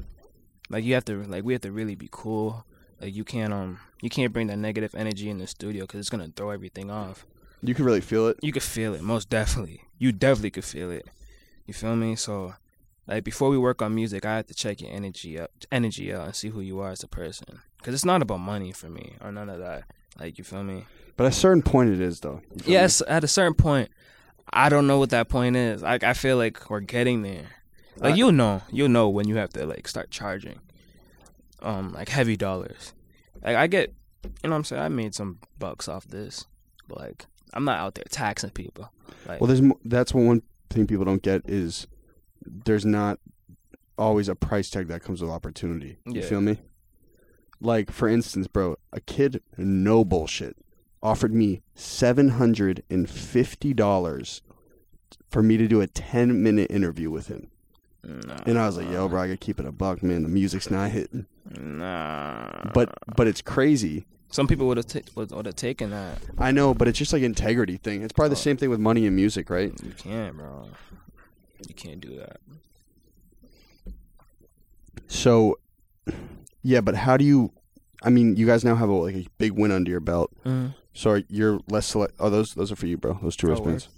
like you have to like we have to really be cool. Like you can't um you can't bring that negative energy in the studio, cause it's gonna throw everything off.
You can really feel it.
You could feel it, most definitely. You definitely could feel it. You feel me? So, like before we work on music, I have to check your energy up, energy out, and see who you are as a person. Cause it's not about money for me or none of that. Like you feel me?
But at a certain point, it is though. You feel me?
Yes. At a certain point, I don't know what that point is. Like I feel like we're getting there. Like you'll know, you'll know when you have to like start charging, um, like heavy dollars. Like I get, you know, what I'm saying I made some bucks off this, but like I'm not out there taxing people. Like,
Well, there's mo- that's one- one thing people don't get is there's not always a price tag that comes with opportunity. You
Yeah.
feel me? Like for instance, bro, a kid, no bullshit, offered me seven hundred and fifty dollars for me to do a ten minute interview with him,
Nah.
and I was like, "Yo, bro, I gotta keep it a buck, man. The music's not hitting."
Nah.
But but it's crazy.
some people would have t- would have taken that.
I know, but it's just like integrity thing. It's probably the same thing with money and music, right?
You can't, bro. You can't do that.
So, yeah, but how do you? I mean, you guys now have a, like a big win under your belt.
Mhm.
So are- you're less select. Oh, those those are for you, bro. Those two
Oh,
wristbands.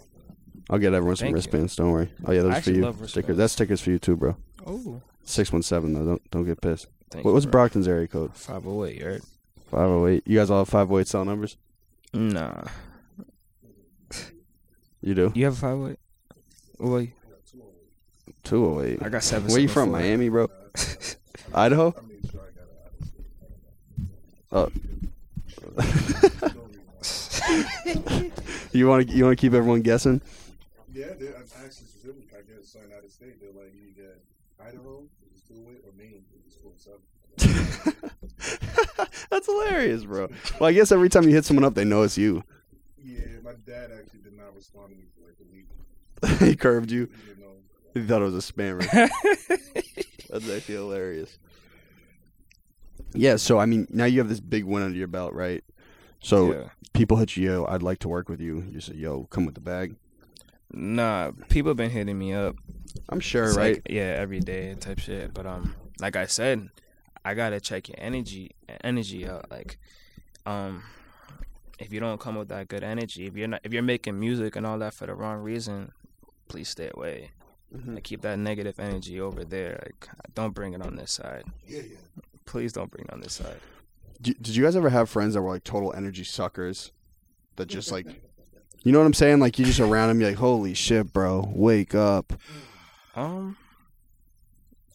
I'll get everyone some
Thank you.
wristbands. Don't worry. Oh yeah, those
I
are for
actually
you.
love
Stickers.
wristbands.
That's stickers for you too, bro.
Oh.
Six one seven though. Don't don't get pissed.
Thank
What
you,
was
bro.
Brockton's area code?
508, you heard?
Five zero eight. You guys all have five zero eight cell numbers.
Nah.
You do.
You have a 508? Well,
Two zero eight.
I got seven.
Where you from,
seven
Miami, bro? Idaho. Oh. you want to you want to keep everyone guessing?
Yeah, they- I'm actually specifically I get something out of state. They're like, you get Idaho, which is two eight, or Maine, which is four seven.
That's hilarious, bro. Well, I guess every time you hit someone up, they know it's you.
Yeah, my dad actually did not respond to me for like a week.
he curved you.
You know,
He thought it was a spammer. That's actually hilarious. Yeah, so I mean, now you have this big win under your belt, right? So
Yeah.
people hit you, yo, I'd like to work with you. You say, yo, come with the bag.
Nah, people been hitting me up.
I'm sure,
It's
right?
Like, yeah, every day type shit. But um, like I said, I gotta check your energy, energy out. Like, um, if you don't come with that good energy, if you're not, if you're making music and all that for the wrong reason, please stay away.
Mm-hmm.
Like, keep that negative energy over there. Like, don't bring it on this side.
yeah, yeah.
Please don't bring it on this side.
D- did you guys ever have friends that were like total energy suckers that just like you know what i'm saying like you just around them you're like holy shit bro wake up
Um,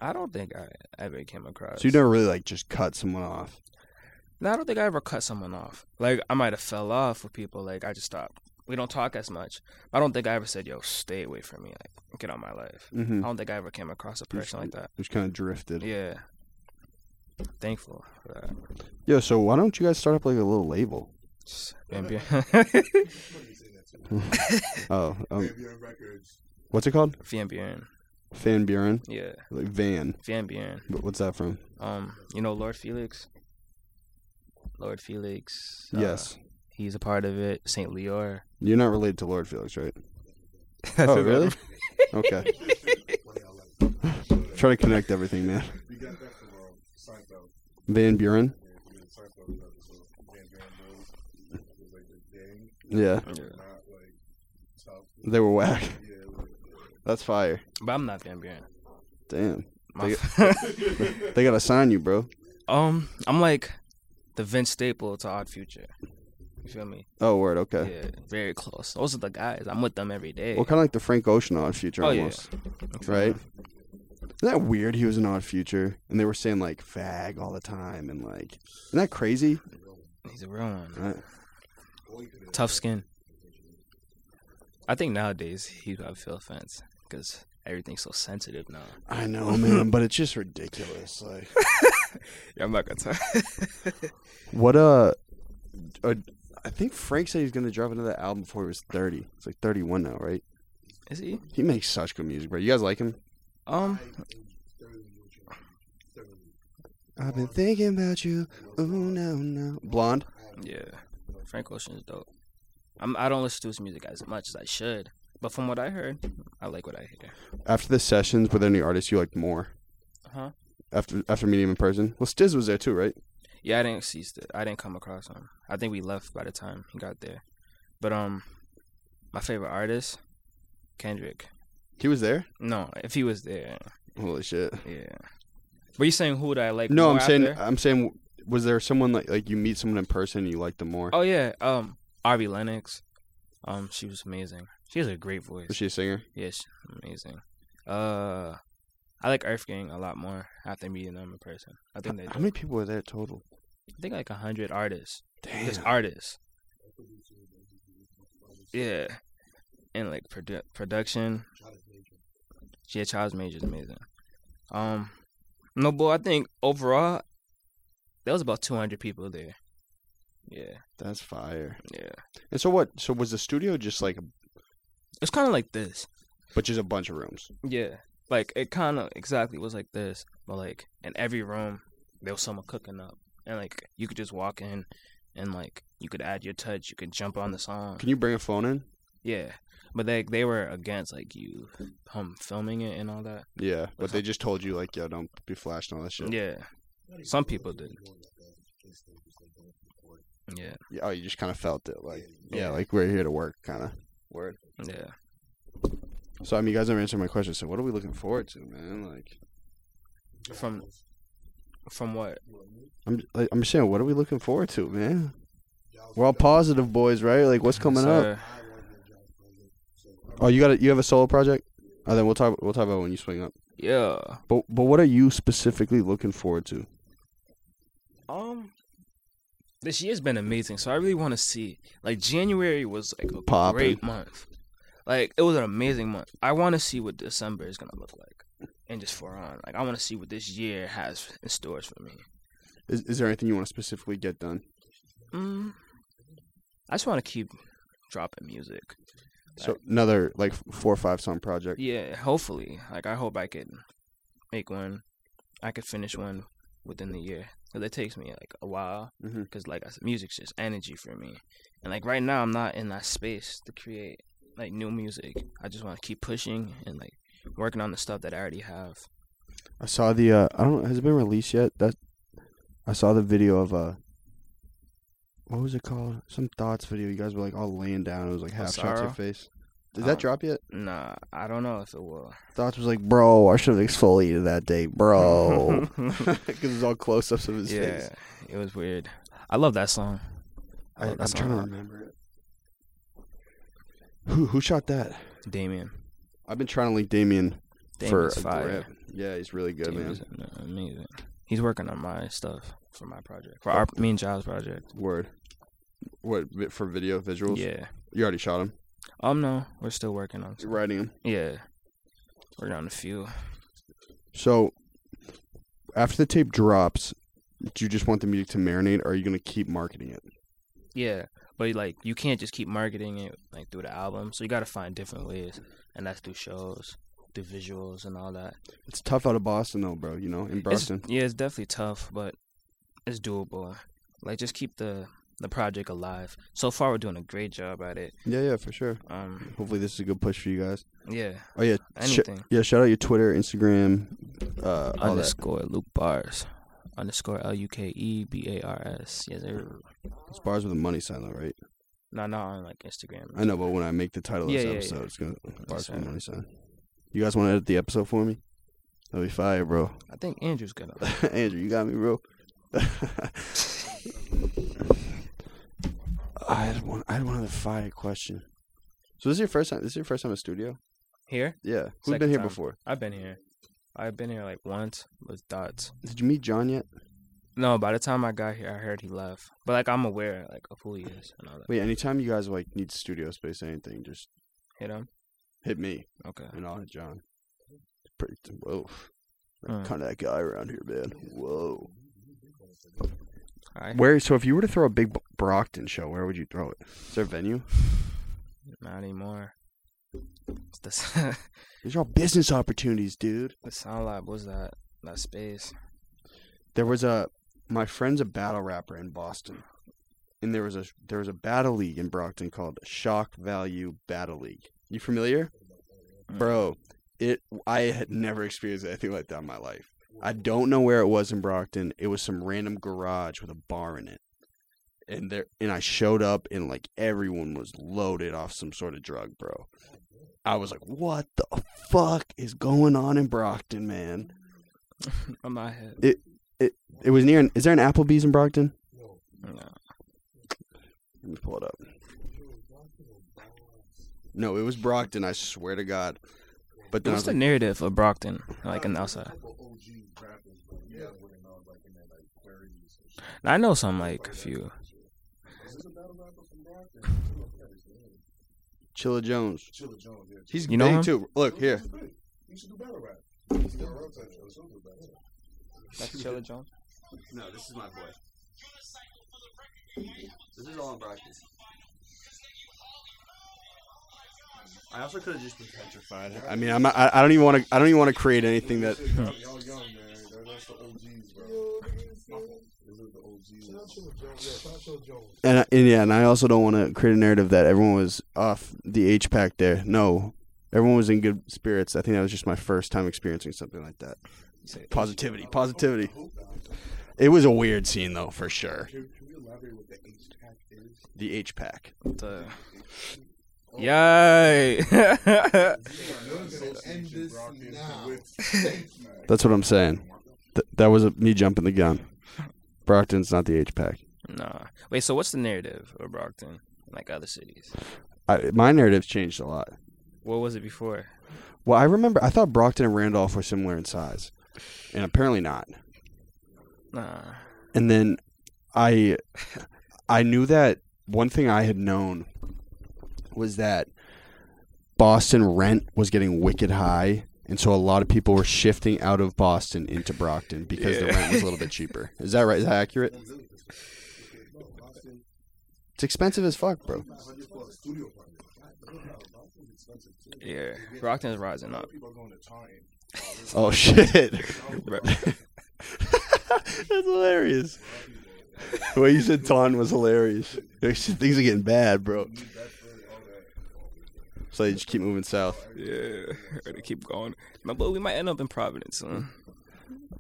I don't think I ever came across.
so you never really like just cut someone off
No, I don't think I ever cut someone off. Like I might have fell off with people. Like I just stopped. We don't talk as much. I don't think I ever said, "Yo, stay away from me. Like get out of my life."
mm-hmm.
I don't think I ever came across a person like that.
just kind of drifted
Yeah. Thankful for that.
yo so why don't you guys start up like a little label
Just been be-
What do you say that to?
oh um,
Ambient Records.
What's it called?
Van Buren.
Van Buren,
Yeah,
like Van.
Van Buren.
But what's that from?
Um, you know Lord Felix. Lord Felix. uh,
yes,
he's a part of it. Saint Leor.
you're not related to Lord Felix, right? oh, really? okay. Try to connect everything, man.
You got that from um, Seinfeld.
Van Buren.
Yeah, you know, Seinfeld was like this little Van Van dude. It was like the gang,
Yeah,
not like tough.
they were whack.
Yeah, like,
That's fire.
But I'm not Van Buren.
Damn,
My-
they gotta sign you, bro.
um, I'm like the Vince Staple to Odd Future. You feel me?
Oh, word. Okay.
Yeah, very close. Those are the guys. I'm with them every day.
Well, kind of like the Frank Ocean Odd Future
Oh, yeah.
almost, right? Isn't that weird? He was an Odd Future, and they were saying like "fag" all the time, and like, isn't that crazy?
He's a real one.
Right.
Tough skin. I think nowadays he probably feel offense because everything's so sensitive now.
I know, man, but it's just ridiculous. Like,
Yeah, I'm not gonna tell.
what uh, uh, I think Frank said he's gonna drop another album before he was thirty. It's like thirty-one now, right?
Is he?
He makes such good music, bro. You guys like him?
Um,
I've been thinking about you. Oh no, no. Blonde.
yeah. Frank Ocean is dope. I'm. I don't listen to his music as much as I should, but from what I heard, I like what I hear.
After the sessions, were there any artists you liked more?
Huh?
After after meeting him in person, well, Stiz was there too, right?
Yeah, I didn't see. St- I didn't come across him. I think we left by the time he got there. But um, my favorite artist, Kendrick.
He was there.
No, if he was there,
Holy shit!
yeah. Were you saying who would I like?
No,
more
I'm saying uh,
after?
I'm saying, was there someone like like you meet someone in person and you like them more?
Oh yeah, um, Arby Lennox. Um, she was amazing. She has a great voice.
Was she a singer?
yeah, she's amazing. Uh, I like Earth Gang a lot more after meeting them in person. I think they.
How many people were there total?
I think like a hundred artists.
Damn.
Just artists. Yeah, and like produ- production. Yeah, Child's Major is amazing. Um, no, boy, I think overall there was about two hundred people there. Yeah,
That's fire.
yeah.
And so what? So was the studio just like,
It's kind of like this.
but just a bunch of rooms?
Yeah. Like it kind of exactly was like this, but like in every room there was someone cooking up, and like you could just walk in, and like you could add your touch, you could jump on the song,
Can you bring a phone in?
yeah. But they they were against like you um filming it and all that.
Yeah, but they just told you like, yo, don't be flashed and all that shit.
Yeah, some people did. Yeah,
Yeah, Oh, you just kind of felt it, like yeah,
Yeah.
like we're here to work, kind of. Word.
yeah.
So I mean, you guys never answered my question. So what are we looking forward to, man? Like,
From from what?
I'm like, I'm just saying, what are we looking forward to, man? We're all positive boys, right? Like, what's coming up?
Sir,
Oh, you got a, you have a solo project? Oh, then we'll talk we'll talk about when you swing up.
Yeah.
But but what are you specifically looking forward to?
Um. This year's been amazing, so I really want to see. Like January was like a
Poppin'.
great month. Like it was an amazing month. I want to see what December is gonna look like, and just for on. Like I want to see what this year has in stores for me.
Is is there anything you want to specifically get done?
Mm. I just want to keep dropping music.
So another like four or five song project.
Yeah, hopefully. Like I hope I can make one. I could finish one within the year because it takes me like a while.
Mhm.
Because like I said, music's just energy for me, and like right now I'm not in that space to create like new music. I just want to keep pushing and like working on the stuff that I already have.
I saw the uh I don't has it been released yet? That I saw the video of uh what was it called? Some thoughts video. You guys were like all laying down. It was like half shot to your
Osara?
face. Did
Oh.
that drop yet?
Nah, I don't know if it will.
Thoughts was like, bro, I should have exfoliated that day, bro, because it's all close ups of his
yeah,
face.
it was weird. I love that song.
I,
Oh,
I'm
that's
trying to
not-
remember it. Who who shot that?
Damien.
I've been trying to link Damien for
Damien's
a
fire.
grip. Yeah, he's really good, man.
Damien's amazing. He's working on my stuff for my project, for our me and Giles project.
Word. What vi- for video visuals?
Yeah.
You already shot him.
Um, no, we're still working on.
You're writing him.
Yeah, we're on a few.
So after the tape drops, do you just want the music to marinate or are you gonna keep marketing it?
Yeah, but like you can't just keep marketing it like through the album, so you got to find different ways. and that's through shows, through visuals and all that.
It's tough out of Boston though, bro. You know, in
It's-
Boston.
yeah, it's definitely tough, but it's doable. Like just keep the the project alive. So far, we're doing a great job at it.
Yeah, yeah, for sure.
Um,
Hopefully, this is a good push for you guys.
yeah,
Oh yeah, sh-
anything.
yeah. Shout out your Twitter, Instagram, uh, all that.
underscore Luke Bars. Underscore L U K E B A R S. Yes, sir.
It's bars with a money sign, though, right?
No, not on like Instagram.
I know, but when I make the title of
Yeah,
this
yeah, yeah.
episode, it's gonna bars with
sign.
a money sign. You guys want to edit the episode for me? That'd be fire, bro.
I think Andrew's gonna.
Andrew, you got me, bro. I had one. I had one other fire question. So this is your first time. This is your first time in studio.
Here,
Yeah, who's
Second
been here
time.
before?
I've been here. I've been here like once with dots.
Did you meet John yet?
No, by the time I got here, I heard he left. But like, I'm aware like of who he is and all that.
Wait, anytime you guys like need studio space or anything, just
Hit him.
hit me
Okay.
and I'll hit John. Pretty, whoa,
Mm.
kind of that guy around here, man. Whoa.
All right.
Where? So if you were to throw a big Brockton show, where would you throw it? Is there a venue?
Not anymore. It's the, s-
These are all business opportunities, dude.
the sound lab was that that space.
there was a my friend's a battle rapper in Boston, and there was a there was a battle league in Brockton called Shock Value Battle League. You familiar, bro? It I had never experienced anything like that in my life. I don't know where it was in Brockton. It was some random garage with a bar in it, and there and I showed up and like everyone was loaded off some sort of drug, bro. I was like, "What the fuck is going on in Brockton, man?"
I'm not hit.
It was near. An, is there an Applebee's in Brockton?
No.
Let me pull it up. No, it was Brockton. I swear to God. But then I
What's
was
the
like,
narrative of Brockton, like in the outside? I know some like a few.
Chilla Jones. He's
You know
big
him?
too. Look here.
That's Chilla Jones.
No, this is my boy. This is all in Brockton. I also could have just been petrified. I mean, I'm not, I, I don't even want to. I don't even want to create anything that.
Y'all young, man. That- That's the OGs, bro. Those are the OGs.
And, I- and yeah, and I also don't want to create a narrative that everyone was off the H pack there. No, everyone was in good spirits. I think that was just my first time experiencing something like that. Positivity, positivity. It was a weird scene though, for sure. The H pack.
The... Yay!
End this now.
That's what I'm saying. Th- that was a, me jumping the gun. Brockton's not the H pack.
nah. Wait. So what's the narrative of Brockton, like other cities?
I, my narrative's changed a lot.
What was it before?
Well, I remember I thought Brockton and Randolph were similar in size, and apparently not.
Nah.
and then I I knew that one thing I had known was that Boston rent was getting wicked high, and so a lot of people were shifting out of Boston into Brockton because the
Yeah.
rent was a little bit cheaper. Is that right? Is that accurate? It's expensive as fuck, bro.
Yeah. Brockton's rising up.
Oh shit, that's hilarious. The way you said Ton was hilarious. Things are getting bad, bro. So you just keep moving south.
Yeah. Gotta keep going. My boy, we might end up in Providence soon.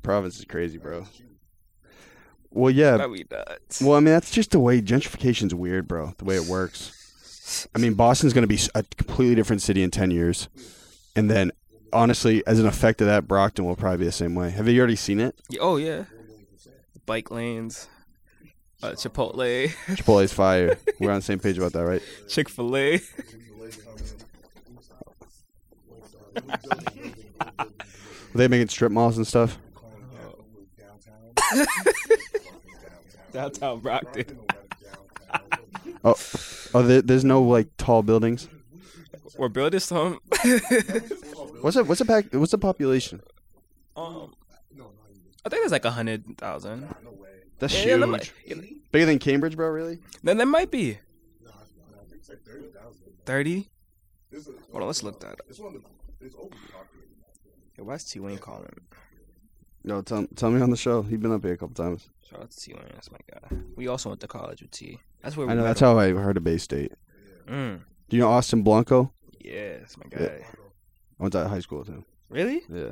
Province is crazy, bro. Well, yeah.
That we not.
Uh, Well, I mean, that's just the way gentrification's weird, bro. The way it works. I mean, Boston's going to be s- a completely different city in ten years, and then honestly, as an effect of that, Brockton will probably be the same way. Have you already seen it?
Yeah, Oh yeah, bike lanes, uh, Chipotle,
Chipotle's fire. We're on the same page about that, right?
Chick Fil A.
Are they making strip malls and stuff?
Downtown Brockton.
Oh, oh, there, there's no like tall buildings.
We're building some.
What's it? What's the pack? What's the population?
um, I think there's like a hundred thousand.
That's
Yeah, yeah,
huge.
that might-
Bigger than Cambridge, bro. Really?
Then there might be. Thirty.
This is-
Hold on, let's look that up.
It's one of the. It's overpopulated.
Yo, why's T Wayne calling?
No, tell tell me on the show. He's been up here a couple times.
Shout out to T Wayne. That's my guy. We also went to college with T. That's where we
I know.
met
That's
him.
how I heard of Bay State.
Mm.
Do you know Austin Blanco?
Yeah, that's my guy.
Yeah. I went to high school with him.
Really?
Yeah.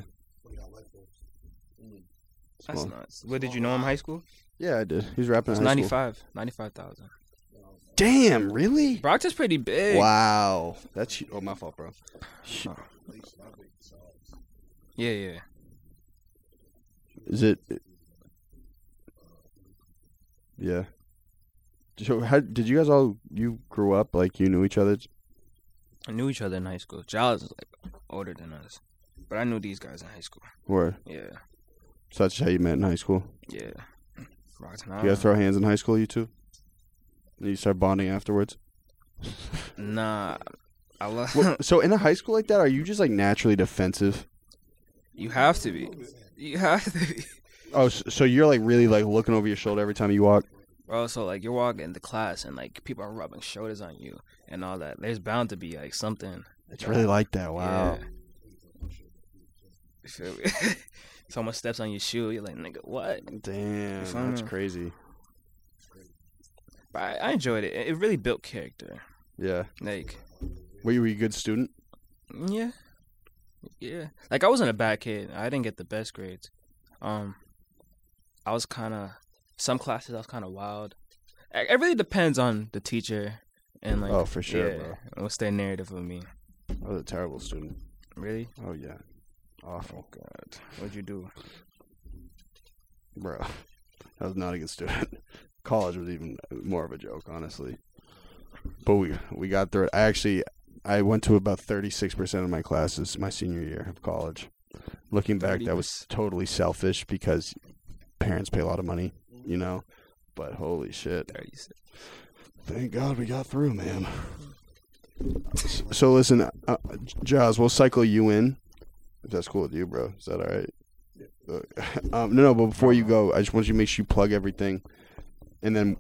That's
Small.
nuts. Where did you know him? High school?
Yeah, I did. He's rapping.
It's
in high school.
95. 95,000.
Damn, really?
Brockton's pretty big.
Wow, that's hu- oh my fault, bro.
Yeah, yeah.
Is it? Yeah. So how did you guys all you grew up like you knew each other?
I knew each other in high school. Giles is like older than us, but I knew these guys in high school.
Or
Yeah,
so that's how you met in high school?
yeah. Brockton,
Do you guys throw hands in high school, you two? And you start bonding afterwards.
Nah, I love.
Well, so in a high school like that, are you just like naturally defensive?
you have to be. You have to be.
Oh, s- so you're like really like looking over your shoulder every time you walk.
Bro, so like you're walking into class and like people are rubbing shoulders on you and all that. There's bound to be like something.
It's really like that. Wow.
Yeah. You feel me? Someone steps on your shoe. You're like, nigga, what?
Damn,
Fun,
that's
huh?
crazy.
But I, I enjoyed it. It it really built character.
Yeah.
Like,
Were you were you a good student?
Yeah. Yeah. Like I wasn't a bad kid. I didn't get the best grades. Um I was kind of some classes I was kind of wild. It it really depends on the teacher and like
oh, for sure,
yeah,
bro.
and what's their narrative of me.
I was a terrible student.
Really?
Oh yeah, awful,
God. What'd you do?
bro. I was not a good student. College was even more of a joke, honestly. But we we got through it. I actually I went to about thirty six percent of my classes my senior year of college. Looking back, that was totally selfish because parents pay a lot of money, you know. But holy shit!
36.
Thank God we got through, man. S- So listen, uh, uh, Jaws, we'll cycle you in. If that's cool with you, bro. Is that all right? Uh, um, no, no. But before you go, I just want you to make sure you plug everything, and then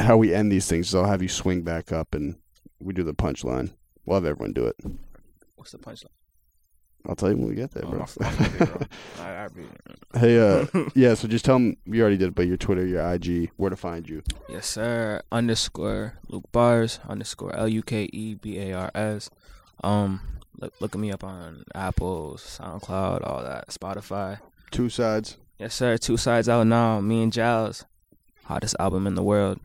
how we end these things is I'll have you swing back up and we do the punchline. We'll have everyone do it.
What's the punchline?
I'll tell you when we get there,
Oh,
bro.
my fault, bro. I, I really-
hey, uh, yeah. So just tell them you already did, it, but your Twitter, your IG, where to find you.
Yes, sir. Underscore Luke Bars underscore L U K E B A R S. Um, look, look at me up on Apple, SoundCloud, all that, Spotify.
Two sides.
Yes, sir. Two sides out now. Me and Giles, hottest album in the world.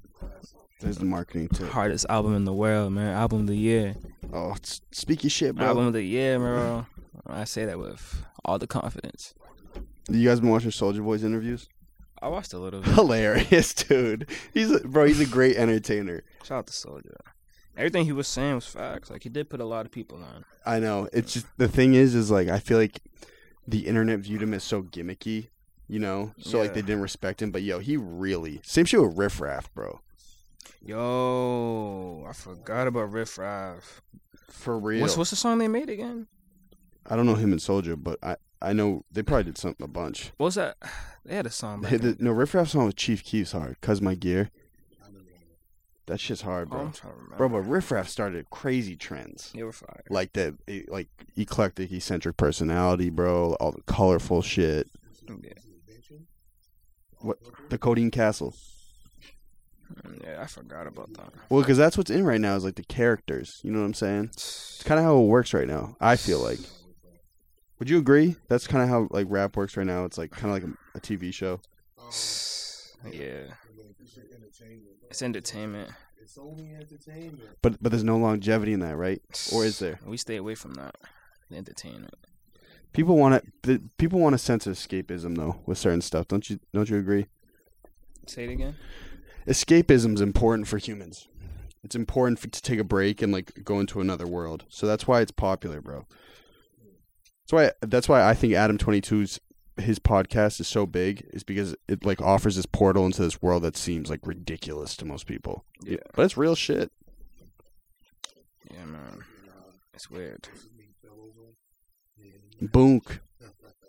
There's the marketing tip.
Hardest album in the world, man. Album of the year.
Oh, s- speak your shit, bro.
Album of the year, bro. I say that with all the confidence.
You guys been watching Soldier Boy's interviews?
I watched a little bit.
Hilarious, dude. He's a, bro. He's a great entertainer.
Shout out to Soldier. Everything he was saying was facts. Like he did put a lot of people on.
I know. It's just the thing is, is like I feel like the internet viewed him as so gimmicky, you know. So like
Yeah.
they didn't respect him. But yo, he really same shit with Riff Raff, bro.
Yo, I forgot about Riff Raff.
For real.
What's what's the song they made again?
I don't know him and Soldier, but I I know they probably did something a bunch.
What was that? They had a song. Back
Hey,
then.
the, no, Riff Raff song with Chief Keef's hard. Cause my gear. That shit's hard,
Oh,
bro.
I'm trying to remember.
Bro, but Riff Raff started crazy trends.
They were fire.
like that e- like eclectic eccentric personality bro all the colorful shit
Yeah.
what the codeine castle
Mm, yeah, I forgot about that.
well because that's what's in right now is like the characters you know what i'm saying it's kind of how it works right now i feel like would you agree that's kind of how like rap works right now it's like kind of like a, a tv show
Yeah, it's entertainment.
It's only entertainment.
but but there's no longevity in that right Or is there?
We stay away from that. The entertainment.
people want to people want a sense of escapism though with certain stuff don't you don't you agree
Say it again.
escapism is important for humans. It's important for, to take a break and like go into another world. So that's why it's popular, bro. That's why that's why I think Adam 22's his podcast is so big is because it like offers this portal into this world that seems like ridiculous to most people.
Yeah.
But it's real shit.
Yeah, man. It's weird.
Boonk.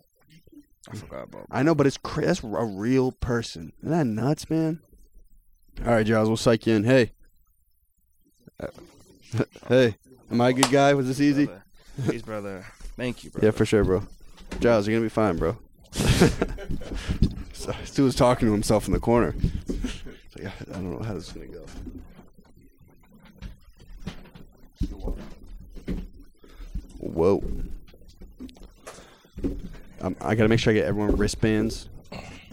I forgot about.
I know, but it's cra- that's a real person. Isn't that nuts, man? All right, Giles, we'll psych you in. Hey. Uh, hey. Am I a good guy? Was this easy?
Brother. Please, brother. Thank you, bro.
Yeah, for sure, bro. Giles, you're gonna be fine, bro. so, Stu was talking to himself in the corner. It's like, I I don't know how this is gonna go. Whoa. Um, I gotta make sure I get everyone wristbands.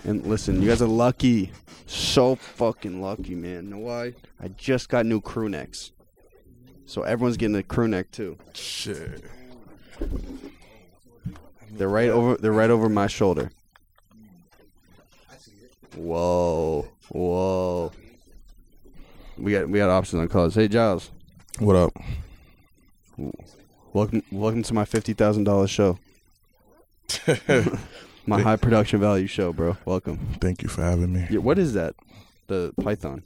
And listen, you guys are lucky, so fucking lucky, man. You know why? I just got new crew necks, so everyone's getting a crew neck too.
Shit.
They're right over. They're right over my shoulder. Whoa, whoa. We got we got options on colors. Hey Giles,
What up?
welcome welcome to my fifty thousand dollars show. my high production value show, bro. Welcome.
Thank you for having me.
Yeah, what is that? The python.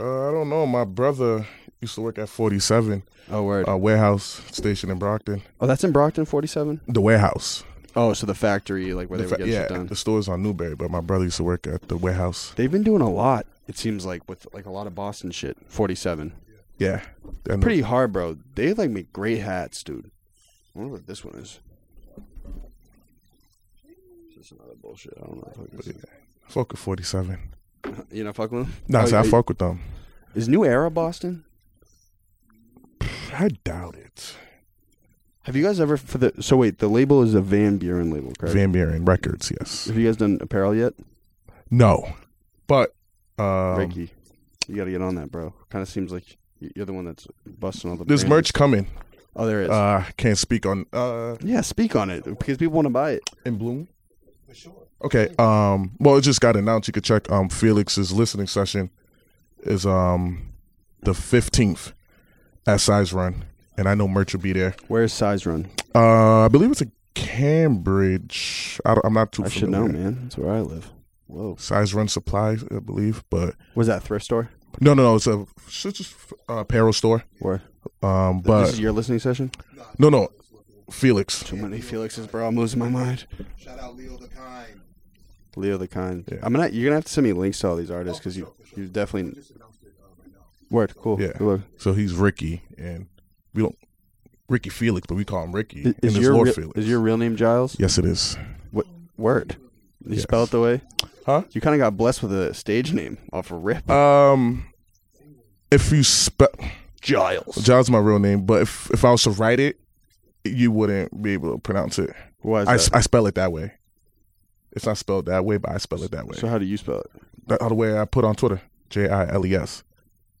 Uh, I don't know. My brother used to work at 47,
Oh word.
a warehouse station in Brockton.
Oh, that's in Brockton, forty-seven.
The warehouse.
Oh, so the factory, like where
The
they
fa-
would get
yeah,
shit done.
the store's on Newberry, but my brother used to work at the warehouse.
They've been doing a lot. It seems like with like a lot of Boston shit. Forty-seven.
Yeah. And
pretty hard, bro. They like make great hats, dude. I wonder what this one is. This is another bullshit. I don't know. if I can see.
I fuck with 47.
You know, fuck with them.
Nah,
Oh,
so I
yeah.
fuck with them.
Is New Era Boston?
I doubt it.
Have you guys ever for the? So wait, the label is a Van Buren label, correct?
Van Buren Records, yes.
Have you guys done apparel yet,
No. But um,
Ricky? You got to get on that, bro. Kind of seems like y- you're the one that's busting all the.
there's
brands.
merch coming.
Oh, there is.
Uh can't speak on uh
yeah, speak on it because people want to buy it.
in bloom. Okay. Um well it just got announced. You could check um Felix's listening session is um the fifteenth at Size Run. And I know merch will be there.
Where's Size Run?
Uh I believe it's in Cambridge. I am not too
I should
familiar.
know, man. That's where I live. Whoa.
Size Run Supply, I believe, but
Was that thrift store?
No, no, no. It's a it's just uh, apparel store.
Where?
Um,
this
but
is your listening session.
no, no. Felix.
Too many Felixes, bro. I'm losing my mind.
Shout out Leo the Kind.
Leo the kind.
Yeah.
I'm gonna. You're gonna have to send me links to all these artists because you you definitely.
uh,
Word. Cool.
Yeah.
Good luck.
So he's Ricky, and we don't Ricky Felix, but we call him Ricky.
Is,
and it's
your
Lord
real,
Felix.
is your real name Giles?
yes, it is.
What word? You
Yes.
spell it the way.
Huh?
You kind of got blessed with a stage name off a rip.
Um, if you spell
Giles.
Giles, is my real name, but if if I was to write it, you wouldn't be able to pronounce it.
Why is
I, s-
that?
I spell it that way. It's not spelled that way, but I spell it that way.
so how do you spell it?
That's the way I put on Twitter, J I L E S.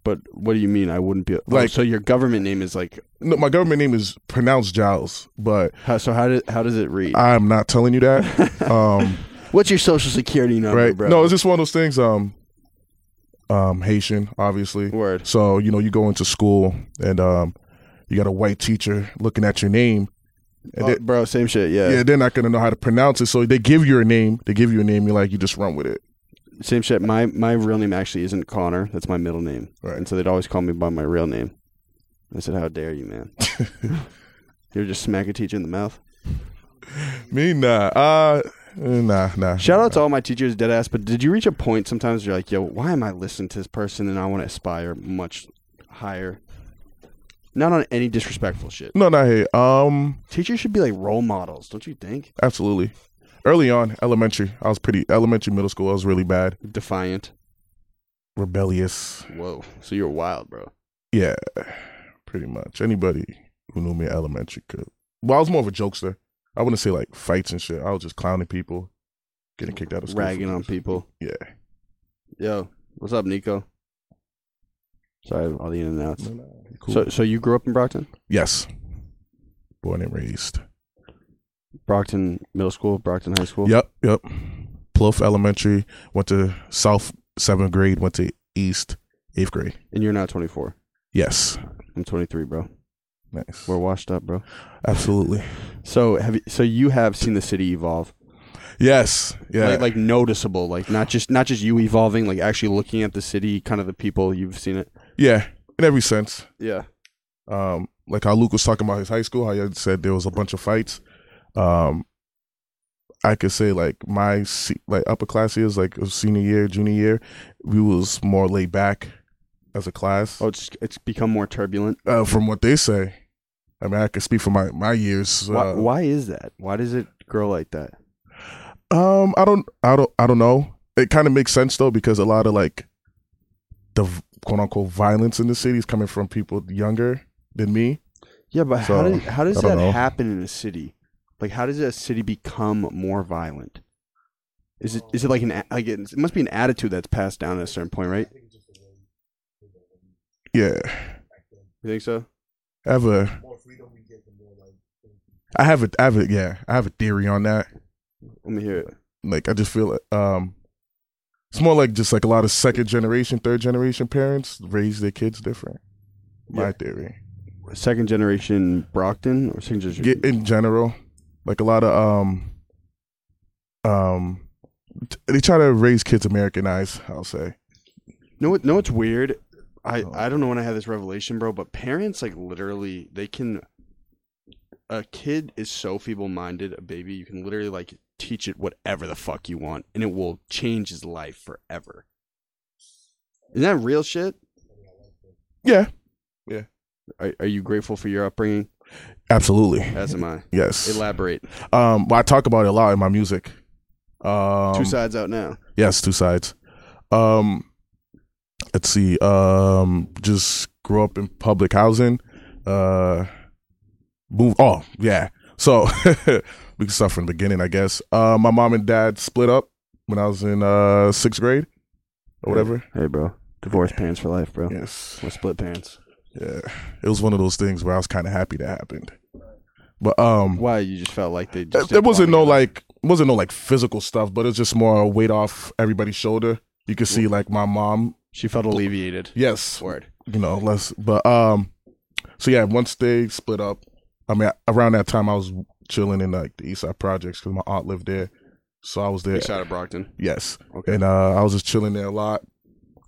But what do you mean? I wouldn't be oh,
Like-
so. Your government name is like.
No, my government name is pronounced Giles, but
How, so how does how does it read?
I'm not telling you that. Um,
What's your social security number,
right?
bro?
No, it's just one of those things. Um, um, Haitian, obviously.
word.
So you know, you go into school and um, you got a white teacher looking at your name, and
Oh,
they-
bro, same shit.
yeah, they're not gonna know how to pronounce it. So they give you a name. They give you a name. You like, you just run with it.
Same shit. My my real name actually isn't Connor. That's my middle name.
Right.
And so they'd always call me by my real name. I said, "How dare you, man? you ever just smack a teacher in the mouth."
Me nah, uh, nah, nah.
Shout out to all my teachers, dead ass. But did you reach a point sometimes you're like, "Yo, why am I listening to this person and I want to aspire much higher?" Not on any disrespectful shit.
No, not here. Um,
Teachers should be like role models, don't you think?
absolutely. Early on, elementary, I was pretty elementary, middle school, I was really bad,
Defiant.
rebellious.
Whoa. So you're wild, bro.
Yeah, pretty much. Anybody who knew me in elementary could. Well, I was more of a jokester. I wouldn't say like fights and shit. I was just clowning people, getting kicked out of school. for
Ragging on
this.
people.
Yeah.
Yo, what's up, Nico? Sorry, all the in and outs.
No, no, cool.
So, so you grew up in Brockton?
yes. Born and raised.
Brockton Middle School, Brockton High School.
Yep, yep. Pluff Elementary. Went to South seventh grade. Went to East eighth grade.
And you're now 24.
Yes.
I'm 23, bro.
Nice.
We're washed up, bro.
Absolutely.
So have you, so you have seen the city evolve,
Yes. Yeah.
like, like noticeable, like not just not just you evolving, like actually looking at the city, kind of the people you've seen it.
yeah. In every sense.
Yeah.
um, like how Luke was talking about his high school, how you said there was a bunch of fights. Um, I could say like my se- like upper class years, like of senior year, junior year, we was more laid back as a class.
Oh, it's it's become more turbulent.
Uh, from what they say, I mean, I can speak for my my years.
why,
uh,
why is that? Why does it grow like that?
Um, I don't, I don't, I don't know. It kind of makes sense though because a lot of like the v- quote unquote violence in the city is coming from people younger than me.
Yeah, but how,
So,
do, how does
I don't
that
know.
happen in a city? Like, how does a city become more violent? Is it is it like an a- like it, it must be an attitude that's passed down at a certain point, right?
Yeah,
You think so?
I have a, I have a, I have a, yeah, I have a theory on that.
Let me hear it.
Like, I just feel um, it's more like just like a lot of second generation, third generation parents raise their kids different. My
Yeah.
theory.
Second generation Brockton or second generation?
Ge- in general like a lot of um um t- they try to raise kids americanized i'll say
No, what- no, it's weird. I,
Oh.
I don't know when I had this revelation, bro, but parents like literally they can. A kid is so feeble minded, a baby. You can literally like teach it whatever the fuck you want, and it will change his life forever. Isn't that real shit?
yeah
Are, are you grateful for your upbringing?
absolutely
As am I.
yes
Elaborate.
um well, i talk about it a lot in my music um
Two sides out now.
yes two sides um let's see um just grew up in public housing uh move oh yeah so we can start from the beginning i guess uh my mom and dad split up when i was in uh sixth grade or whatever
Hey, bro. Divorced parents for life, bro.
Yes.
We're split parents.
Yeah. It was one of those things where I was kind of happy that happened. But um
Why? You just felt like they just.
there
didn't
wasn't no
belong together.
like wasn't no like physical stuff, but it's just more a weight off everybody's shoulder. You could see like my mom.
She felt alleviated.
Yes.
Word.
You know, less but um so yeah, once they split up, I mean around that time I was chilling in like the East Side Projects cuz my aunt lived there. So I was there.
Big shout out Brockton.
Yes.
Okay.
And uh, I was just chilling there a lot.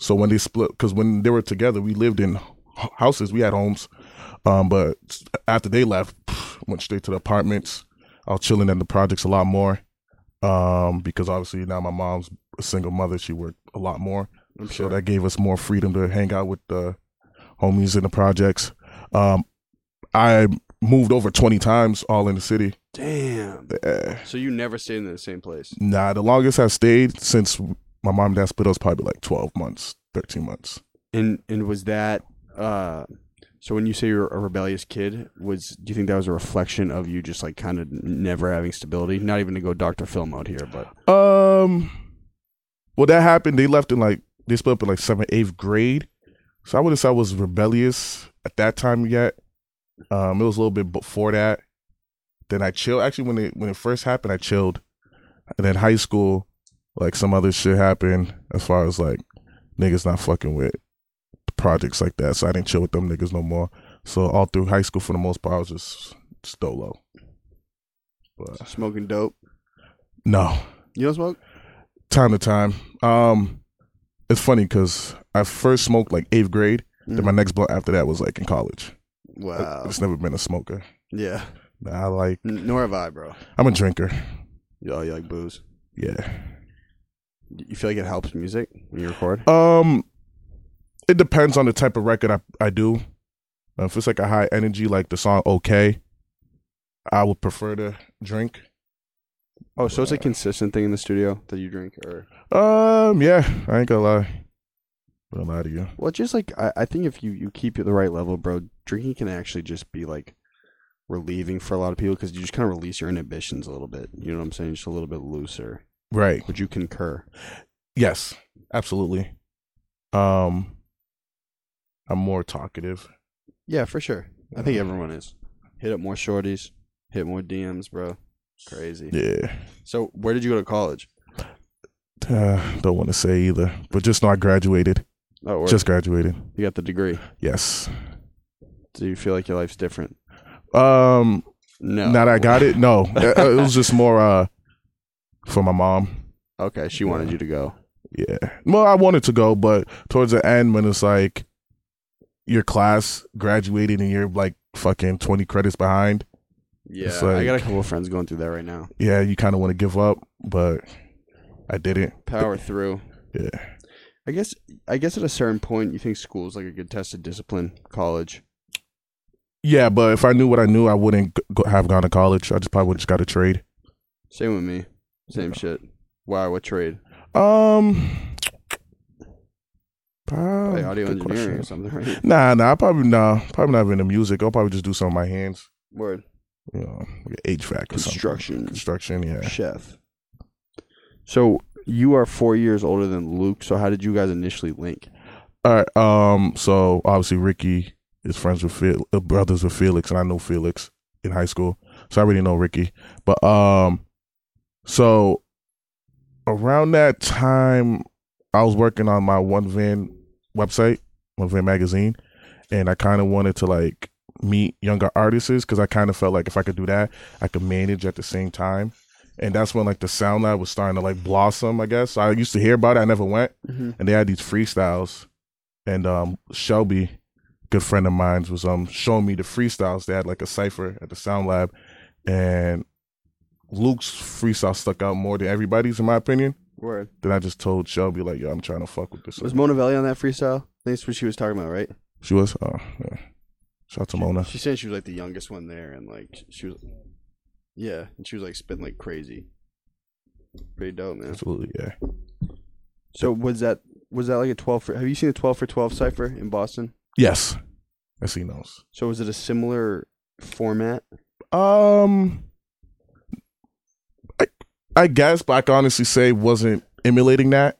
So when they split, because when they were together, we lived in h- houses, we had homes. Um, but after they left, went straight to the apartments. I was chilling in the projects a lot more um, because obviously now my mom's a single mother. She worked a lot more.
I'm
So that gave us more freedom to hang out with the homies in the projects. Um, I moved over 20 times all in the city.
Damn.
Uh,
So you never stayed in the same place.
Nah, the longest I've stayed since my mom and dad split up was probably like 12 months, 13 months.
And and was that uh so when you say you're a rebellious kid, was do you think that was a reflection of you just like kind of never having stability? Not even to go Dr. Phil mode here, but
Um, well, that happened. They left in like, they split up in like seventh, eighth grade. So I wouldn't say I was rebellious at that time yet. Um, it was a little bit before that. Then I chilled. Actually, when it when it first happened, I chilled. And then high school, like some other shit happened as far as like niggas not fucking with the projects like that. So I didn't chill with them niggas no more. So all through high school, for the most part, I was just stolo. But
smoking dope.
no,
You don't smoke?
time to time. Um, it's funny because I first smoked like eighth grade. Then my next blunt after that was like in college. I,
Wow.
just never been a smoker.
Uh, Yeah.
Nah, I like
N- Nor have I, bro.
I'm a drinker.
Yo, you like booze.
Yeah.
You feel like it helps music when you record?
Um, it depends on the type of record I I do. Uh, If it's like a high energy, like the song "Okay," I would prefer to drink.
Oh, so it's a consistent thing in the studio that you drink or
Um, yeah, I ain't gonna lie. I'm gonna lie to you.
Well, just like I, I think if you you keep it the right level, bro, drinking can actually just be like relieving for a lot of people because you just kind of release your inhibitions a little bit. You know what I'm saying? Just a little bit looser.
Right.
Would you concur?
Yes, absolutely. Um, I'm more talkative.
Yeah, for sure. I think everyone is. Hit up more shorties. Hit more DMs, bro. Crazy.
Yeah.
So, where did you go to college?
Uh, don't want to say either, but just know I graduated.
Oh,
Just
just
graduated.
you got the degree.
Yes.
Do you feel like your life's different?
Um,
No.
now that I got it, no, Uh, it was just more uh for my mom.
Okay, she wanted you to go.
Yeah. Well, I wanted to go, but towards the end, when it's like your class graduated and you're like fucking 20 credits behind,
Yeah,
It's
I got a
like-
couple of friends going through that right now.
yeah, you kind of want to give up, but I didn't.
Power through.
Yeah.
I guess I guess at a certain point you think school's like a good test of discipline, college.
Yeah, but if I knew what I knew, I wouldn't g- go, have gone to college. I just probably would just got a trade.
Same with me. Same shit. Wow, what trade?
Um,
Probably
probably
audio engineering or something, right?
Nah, nah, I probably nah, probably not even the music. I'll probably just do some of my hands.
Word.
You know, like a HVAC or something.
Construction.
Construction, yeah.
Chef. So you are four years older than Luke. So how did you guys initially link?
All right. Um. So obviously Ricky is friends with Fel- uh, brothers with Felix, and I know Felix in high school, so I already know Ricky. But um, so around that time, I was working on my One Van website, One Van magazine, and I kind of wanted to like meet younger artists because I kind of felt like if I could do that, I could manage at the same time. And that's when like the sound lab was starting to like blossom, I guess. So I used to hear about it, I never went and they had these freestyles and um shelby good friend of mine was um showing me the freestyles they had like a cipher at the sound lab and luke's freestyle stuck out more than everybody's in my opinion
Word.
then i just told shelby like yo i'm trying to fuck with this
Was Mona Valley on that freestyle? That's what she was talking about, right?
she was oh yeah shout out to mona
She said she was like the youngest one there, and like she was, yeah, and she was like spitting like crazy. Pretty dope, man.
absolutely yeah
So was that was that like a twelve for? Have you seen the twelve for twelve cipher in Boston?
yes i see those
So was it a similar format?
um i i guess but i can honestly say wasn't emulating that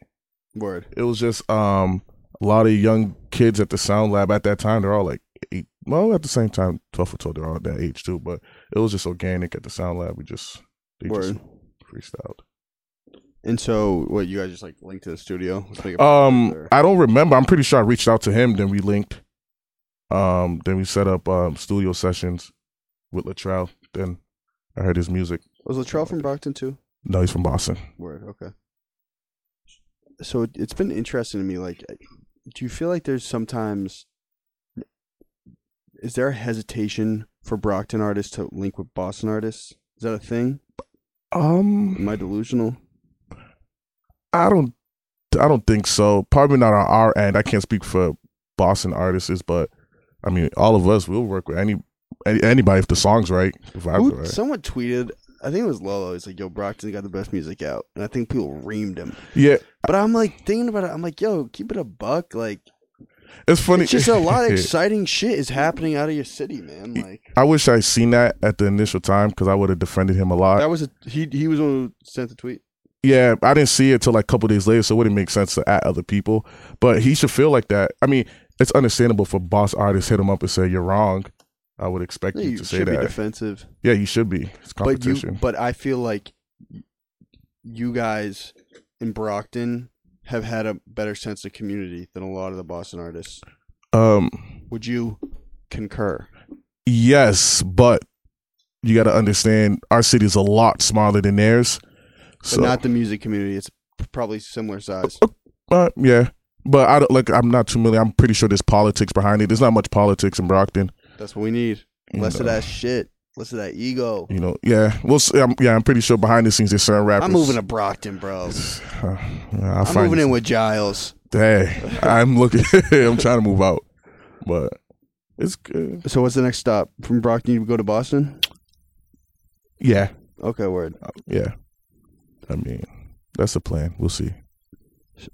Word.
it was just um a lot of young kids at the sound lab at that time they're all like eight well at the same time 12 or 12 they're all that age too but it was just organic at the sound lab we just they just
Word.
freestyled
And so what you guys just like linked to the studio? Let's make a-
um
or-
i don't remember i'm pretty sure i reached out to him then we linked um then we set up um studio sessions with latrell then i heard his music
was Latrell from Brockton too?
no he's from boston
Word. Okay. So it, it's been interesting to me. Like, do you feel like there's sometimes is there a hesitation for Brockton artists to link with Boston artists? Is that a thing?
um
Am I delusional?
I don't I don't think so. Probably not on our end. I can't speak for Boston artists, but I mean, all of us we'll work with any, any anybody if the song's right, the vibes
Who,
are right.
Someone tweeted. I think it was Lolo. He's like, "Yo, Brockton got the best music out," and I think people reamed him.
Yeah,
But I'm like thinking about it. I'm like, "Yo, keep it a buck." Like,
it's funny.
it's just a lot of exciting shit is happening out of your city, man. Like,
I wish I seen that at the initial time because I would have defended him a lot.
that was a he. He was the one who sent the tweet.
yeah, I didn't see it till like a couple days later, so it wouldn't make sense to at other people. But he should feel like that. I mean, it's understandable for boss artists hit him up and say you're wrong. I would expect
Yeah,
you,
you
to say
should be
that.
defensive.
yeah, you should be. It's
but you
competition.
but I feel like you guys in Brockton have had a better sense of community than a lot of the Boston artists.
um,
Would you concur?
Yes, but you got to understand our city's a lot smaller than theirs. So
but not the music community. It's probably similar size.
uh, yeah, but I don't like. I'm not too familiar. I'm pretty sure there's politics behind it. There's not much politics in Brockton.
That's what we need.
you
Less of
know.
that shit. Less of that ego.
You know, yeah. Well, s- I'm, yeah, I'm pretty sure behind the scenes there's certain rappers.
I'm moving to Brockton, bro.
Uh, yeah, I'll
I'm
find
moving in
you
with Giles.
some- Hey, I'm looking. I'm trying to move out, but it's good.
So what's the next stop from Brockton? You go to Boston?
Yeah,
Okay, word.
yeah. I mean, that's the plan. We'll see.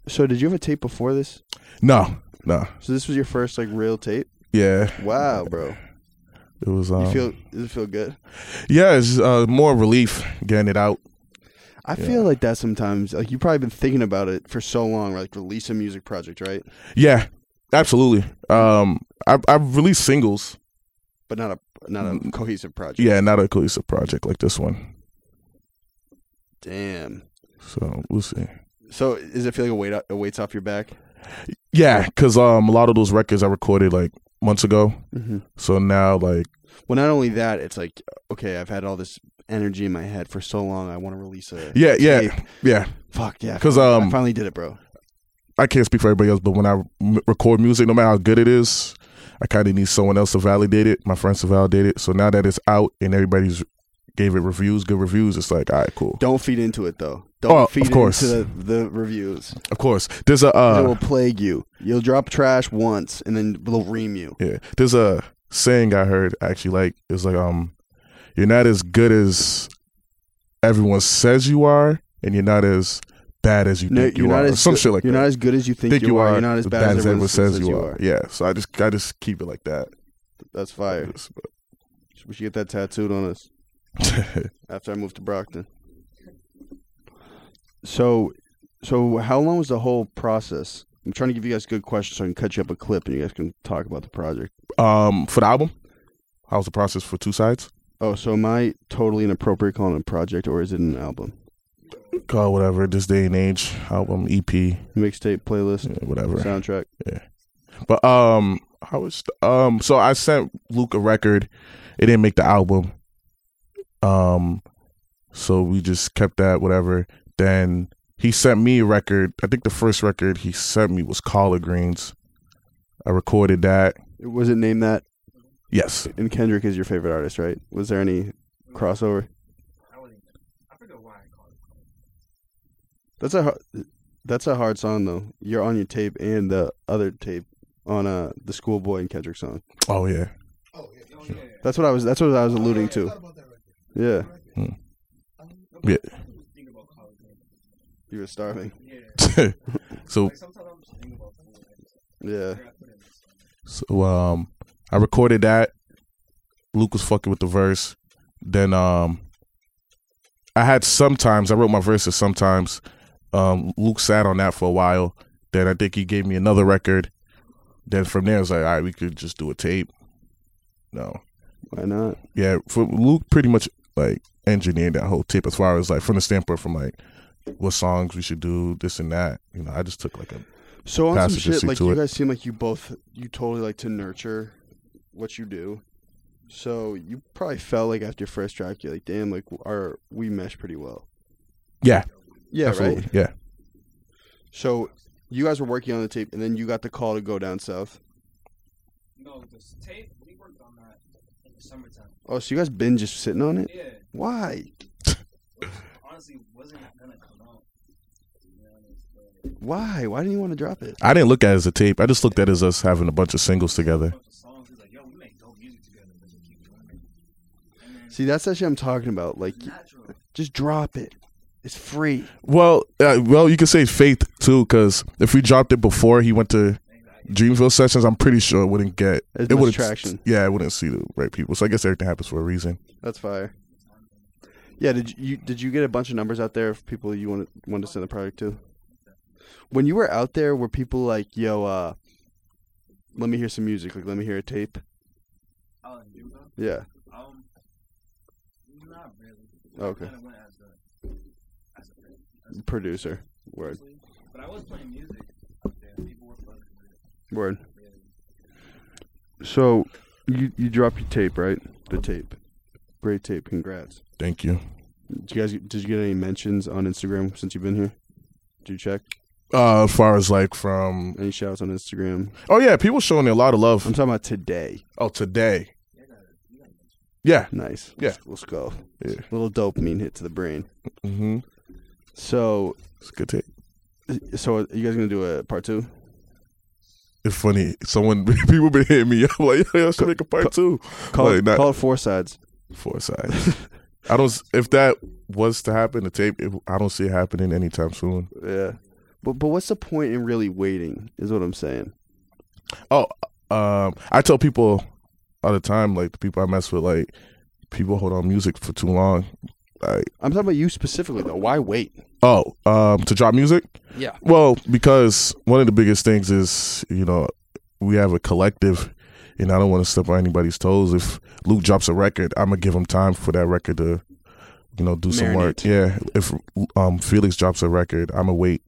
So did you have a tape before this?
No, no.
So this was your first like real tape?
Yeah,
Wow, bro.
it was. Um,
You feel does it feel good?
Yeah, it's uh, more relief getting it out.
I
Yeah.
feel like that sometimes. Like you've probably been thinking about it for so long, like release a music project, right?
Yeah, absolutely. Um, I, I've released singles.
But not a not a cohesive project.
Mm. Yeah, not a cohesive project like this one.
Damn.
So we'll see.
So does it feel like a weight o- a weight's off your back?
Yeah, because um, a lot of those records I recorded like months ago.
Mm-hmm.
So now, like,
Well, not only that, it's like okay, I've had all this energy in my head for so long. I want to release a
yeah, yeah,
tape.
yeah.
Fuck yeah.
Because
I
um,
finally did it, bro.
I can't speak for everybody else, but when I m- record music, no matter how good it is, I kind of need someone else to validate it. My friends to validate it. So now that it's out and everybody's gave it reviews, good reviews, it's like, all right, cool.
Don't feed into it though. Don't
Oh,
feed
of course.
into the, the reviews.
Of course, there's a uh,
it will plague you. You'll drop trash once, and then they'll ream you.
Yeah, there's a saying I heard actually like it was like um you're not as good as everyone says you are and you're not as bad as you
No,
think
you're
you
not
are. or
as
Some
good-
shit like
you're
that.
not as good as you think,
think you are,
You're not as bad, as everyone
says you are. Yeah, so I just I just keep it like that.
That's fire.
It's-
We should get that tattooed on us
but-
after I move to Brockton. So, so how long was the whole process? I'm trying to give you guys good questions so I can cut you up a clip and you guys can talk about the project.
um, for the album, how's the process for two sides?
Oh, so am I totally inappropriate calling it a project or is it an album?
Call it whatever this day and age album EP
Mixtape, playlist,
yeah, whatever.
soundtrack.
But um, I was um, so I sent Luke a record. It didn't make the album. Um, so we just kept that whatever. Then he sent me a record. I think the first record he sent me was Collard Greens. I recorded that.
Was it named that?
Yes,
And Kendrick is your favorite artist, right? Was there any crossover? That's a har- that's a hard song though. You're on your tape and the other tape on uh the Schoolboy and Kendrick song.
Oh yeah.
Oh, yeah. Oh, yeah.
That's what I was. That's what I was alluding to. Yeah,
Yeah.
you were starving.
so
Yeah,
so um I recorded that. Luke was fucking with the verse. Then um I had sometimes I wrote my verses sometimes. Um Luke sat on that for a while. Then I think he gave me another record. Then from there I was like, all right, we could just do a tape. No.
why not?
Yeah, for Luke pretty much like engineered that whole tape as far as like from the standpoint from like what songs we should do, this and that. You know, I just took like a
So on some
Passages
shit,
see
like
to
you
it.
guys seem like you both, you totally like to nurture what you do. So you probably felt like after your first track, you're like, damn, like our we mesh pretty well.
Yeah.
Yeah,
absolutely.
right.
Yeah.
So you guys were working on the tape, and then you got the call to go down south.
No, this tape we worked on that in the summertime.
Oh, so you guys been just sitting on it?
Yeah,
Why?
honestly, wasn't gonna come out.
Why? Why didn't you want to drop it?
I didn't look at it as a tape. I just looked at it as us having a bunch of singles together.
See, that's that shit I'm talking about. Like, just drop it. It's free.
Well, uh, well, you could say Faith too, because if we dropped it before he went to Dreamville sessions, I'm pretty sure it wouldn't get
As
it
much
wouldn't
traction.
Yeah, it wouldn't see the right people. So I guess everything happens for a reason.
That's fire. Yeah, did you did you get a bunch of numbers out there of people you wanted wanted to send the product to? When you were out there, were people like, "Yo, uh, let me hear some music. Like, let me hear a tape."
Oh, in Newville?
Yeah.
Um, not really.
Okay.
Kinda went as a, as a thing,
Producer. Word.
but I was playing music. up there. People were fucking with it.
Word. So, you you dropped your tape, right? The tape. Great tape. Congrats.
Thank you.
Did you guys did you get any mentions on Instagram since you've been here? Did you check?
Uh, as far as like from
Any shouts on Instagram?
oh yeah, people showing me a lot of
I'm
love.
talking about today.
Oh today, yeah,
Nice.
Yeah.
Let's, let's go.
Yeah.
Little dopamine hit to the brain.
mm-hmm.
So,
it's a good tape.
so are you guys gonna do a part two?
It's funny. Someone people been hitting me up like, yo, I should make a part two.
Call
Like,
it,
not-
call it four sides.
Four sides. I don't. s- If that was to happen, the tape. It, I don't see it happening anytime soon.
Yeah. But but what's the point in really waiting? Is what I'm saying.
Oh, um, I tell people all the time, like the people I mess with, like people hold on music for too long. Like,
I'm talking about you specifically though. Why wait?
oh, um, to drop music.
Yeah.
Well, because one of the biggest things is, you know, we have a collective, and I don't want to step on anybody's toes. If Luke drops a record, I'm gonna give him time for that record to, you know, do some work.
Marinate.
Yeah. If um Felix drops a record, I'm gonna wait.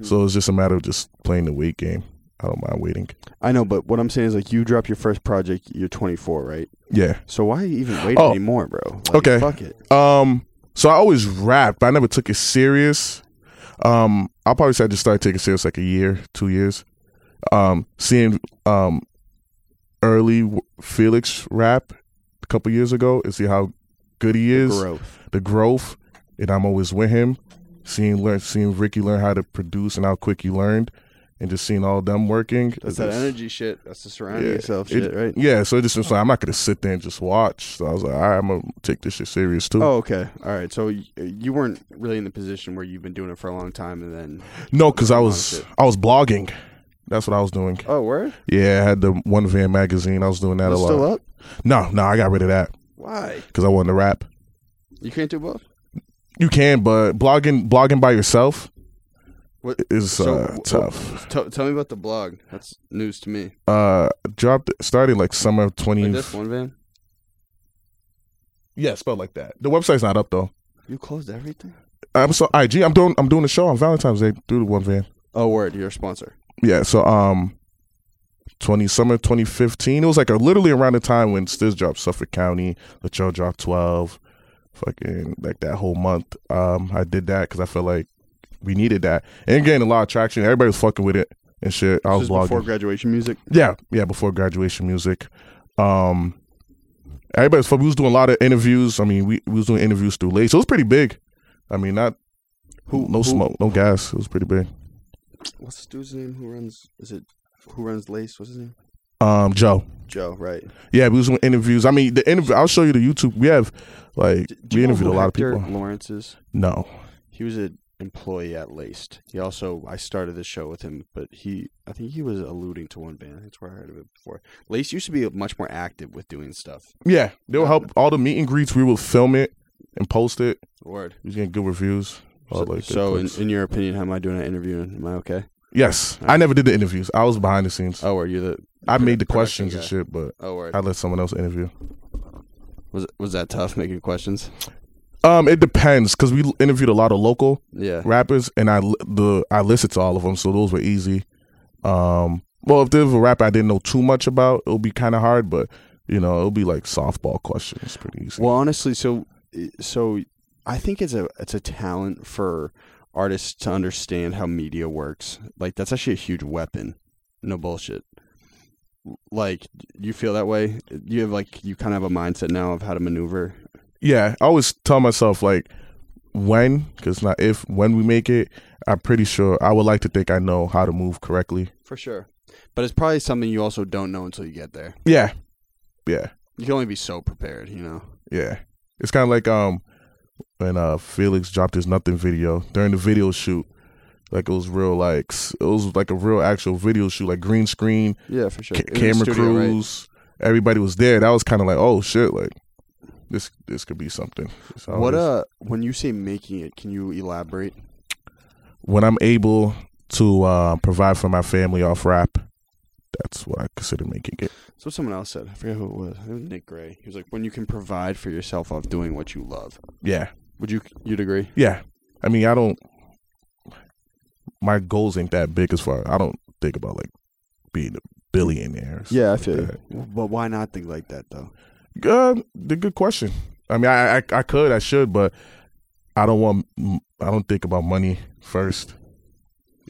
So it's just a matter of just playing the wait game. I don't mind waiting.
I know, but what I'm saying is like you drop your first project. You're 24, right?
Yeah.
So why even wait
Oh.
anymore, bro? Like,
Okay.
Fuck it.
Um, so I always rapped, but I never took it serious. Um, I'll probably say I just started taking it serious like a year, two years. Um, seeing um early w- Felix rap a couple years ago and see how good he is,
Growth.
the growth, and I'm always with him. Seeing learn, seeing Ricky learn how to produce and how quick he learned, and just seeing all them working. it
That's that
just-
energy shit. That's the surrounding
Yeah,
yourself
it-
shit, right?
Yeah, so it just was like I'm not gonna sit there and just watch. So I was like, all right, I'm gonna take this shit serious too.
Oh, okay. All right. So y- you weren't really in the position where you've been doing it for a long time, and then
No, because I
Oh,
was
shit.
I was blogging. That's what I was doing.
oh, word.
Yeah, I had the one van magazine. I was doing that
That's
a lot.
still up.
No, no, I got rid of that
Why?
because I wanted to rap.
You can't do both.
You can, but blogging blogging by yourself
What-
is
so
uh,
w-
tough.
Tell, tell me about the blog. That's news to me.
Uh, dropped started like summer of twenty.
Like this one, Van.
Yeah, spelled like that. The website's not up though.
You closed everything.
I'm so IG. I'm doing I'm doing a show on Valentine's Day through the one van.
Oh, word. You're a sponsor.
Yeah, so um, twenty summer twenty fifteen. It was like a, literally around the time when Stiz dropped Suffolk County, Latrell dropped twelve, fucking like that whole month. Um, I did that because I felt like we needed that and gained a lot of traction. Everybody was fucking with it and shit. I was
this is before
blogging.
graduation music.
Yeah, yeah, before graduation music. Um, everybody's we was doing a lot of interviews. I mean, we, we was doing interviews through late, so it was pretty big. I mean, not
Who-
no
who-
smoke, no gas. It was pretty big.
What's this dude's name? Who runs? Is it? Who runs Lace? What's his name?
Um, Joe.
Joe. Right.
Yeah, we was doing interviews. I mean, the interview. I'll show you the YouTube. We have like
D- do
we
you know
interviewed a
who
lot of
Hector
people.
Lawrence is.
No,
He was an employee at Laced. He also I started the show with him, but he I think he was alluding to one band. That's where I heard of it before. Laced used to be much more active with doing stuff.
yeah, they'll help all the meet and greets. We will film it and post it.
Word.
We was getting good reviews. all
So,
Oh, like good
so in,
clicks.
in your opinion, how am I doing at interviewing? Am I okay?
yes, I never did the interviews. I was behind the scenes.
Oh, are you the?
I
produ-
made the
production
questions and
guy.
shit, but
Oh, word.
I let someone else interview.
Was was that tough making questions?
Um, it depends because we interviewed a lot of local
Yeah.
rappers, and I li- the I listened to all of them, so those were easy. Um, well, if there was a rapper I didn't know too much about, it'll be kind of hard, but you know, it'll be like softball questions, pretty easy.
Well, honestly, so eh, so I think it's a it's a talent for artists to understand how media works. Like that's actually a huge weapon. No bullshit. Like you feel that way. You have like you kind of have a mindset now of how to maneuver.
yeah, I always tell myself like when, because not if, when we make it, I'm pretty sure I would like to think I know how to move correctly.
For sure. But it's probably something you also don't know until you get there.
Yeah, yeah.
You can only be so prepared, you know.
Yeah. It's kind of like um when uh Felix dropped his nothing video during the video shoot. Like it was real like s- it was like a real actual video shoot like green screen,
Yeah, for sure.
ca- camera crews, everybody was there. That was kind of like oh shit like this this could be something. It's how
What
it is.
uh when you say making it, can you elaborate?
when I'm able to uh provide for my family off rap, that's what I consider making it.
So someone else said, I forget who it was. I think it was Nick Gray. He was like, "When you can provide for yourself off doing what you love."
Yeah.
Would you you'd agree?
Yeah. I mean, I don't. My goals ain't that big as far. I don't think about like being a billionaire. or
Yeah, I
something
feel
like
you. But why not think like that though?
that. Uh, the good question. I mean, I, I I could, I should, but I don't want. I don't think about money first.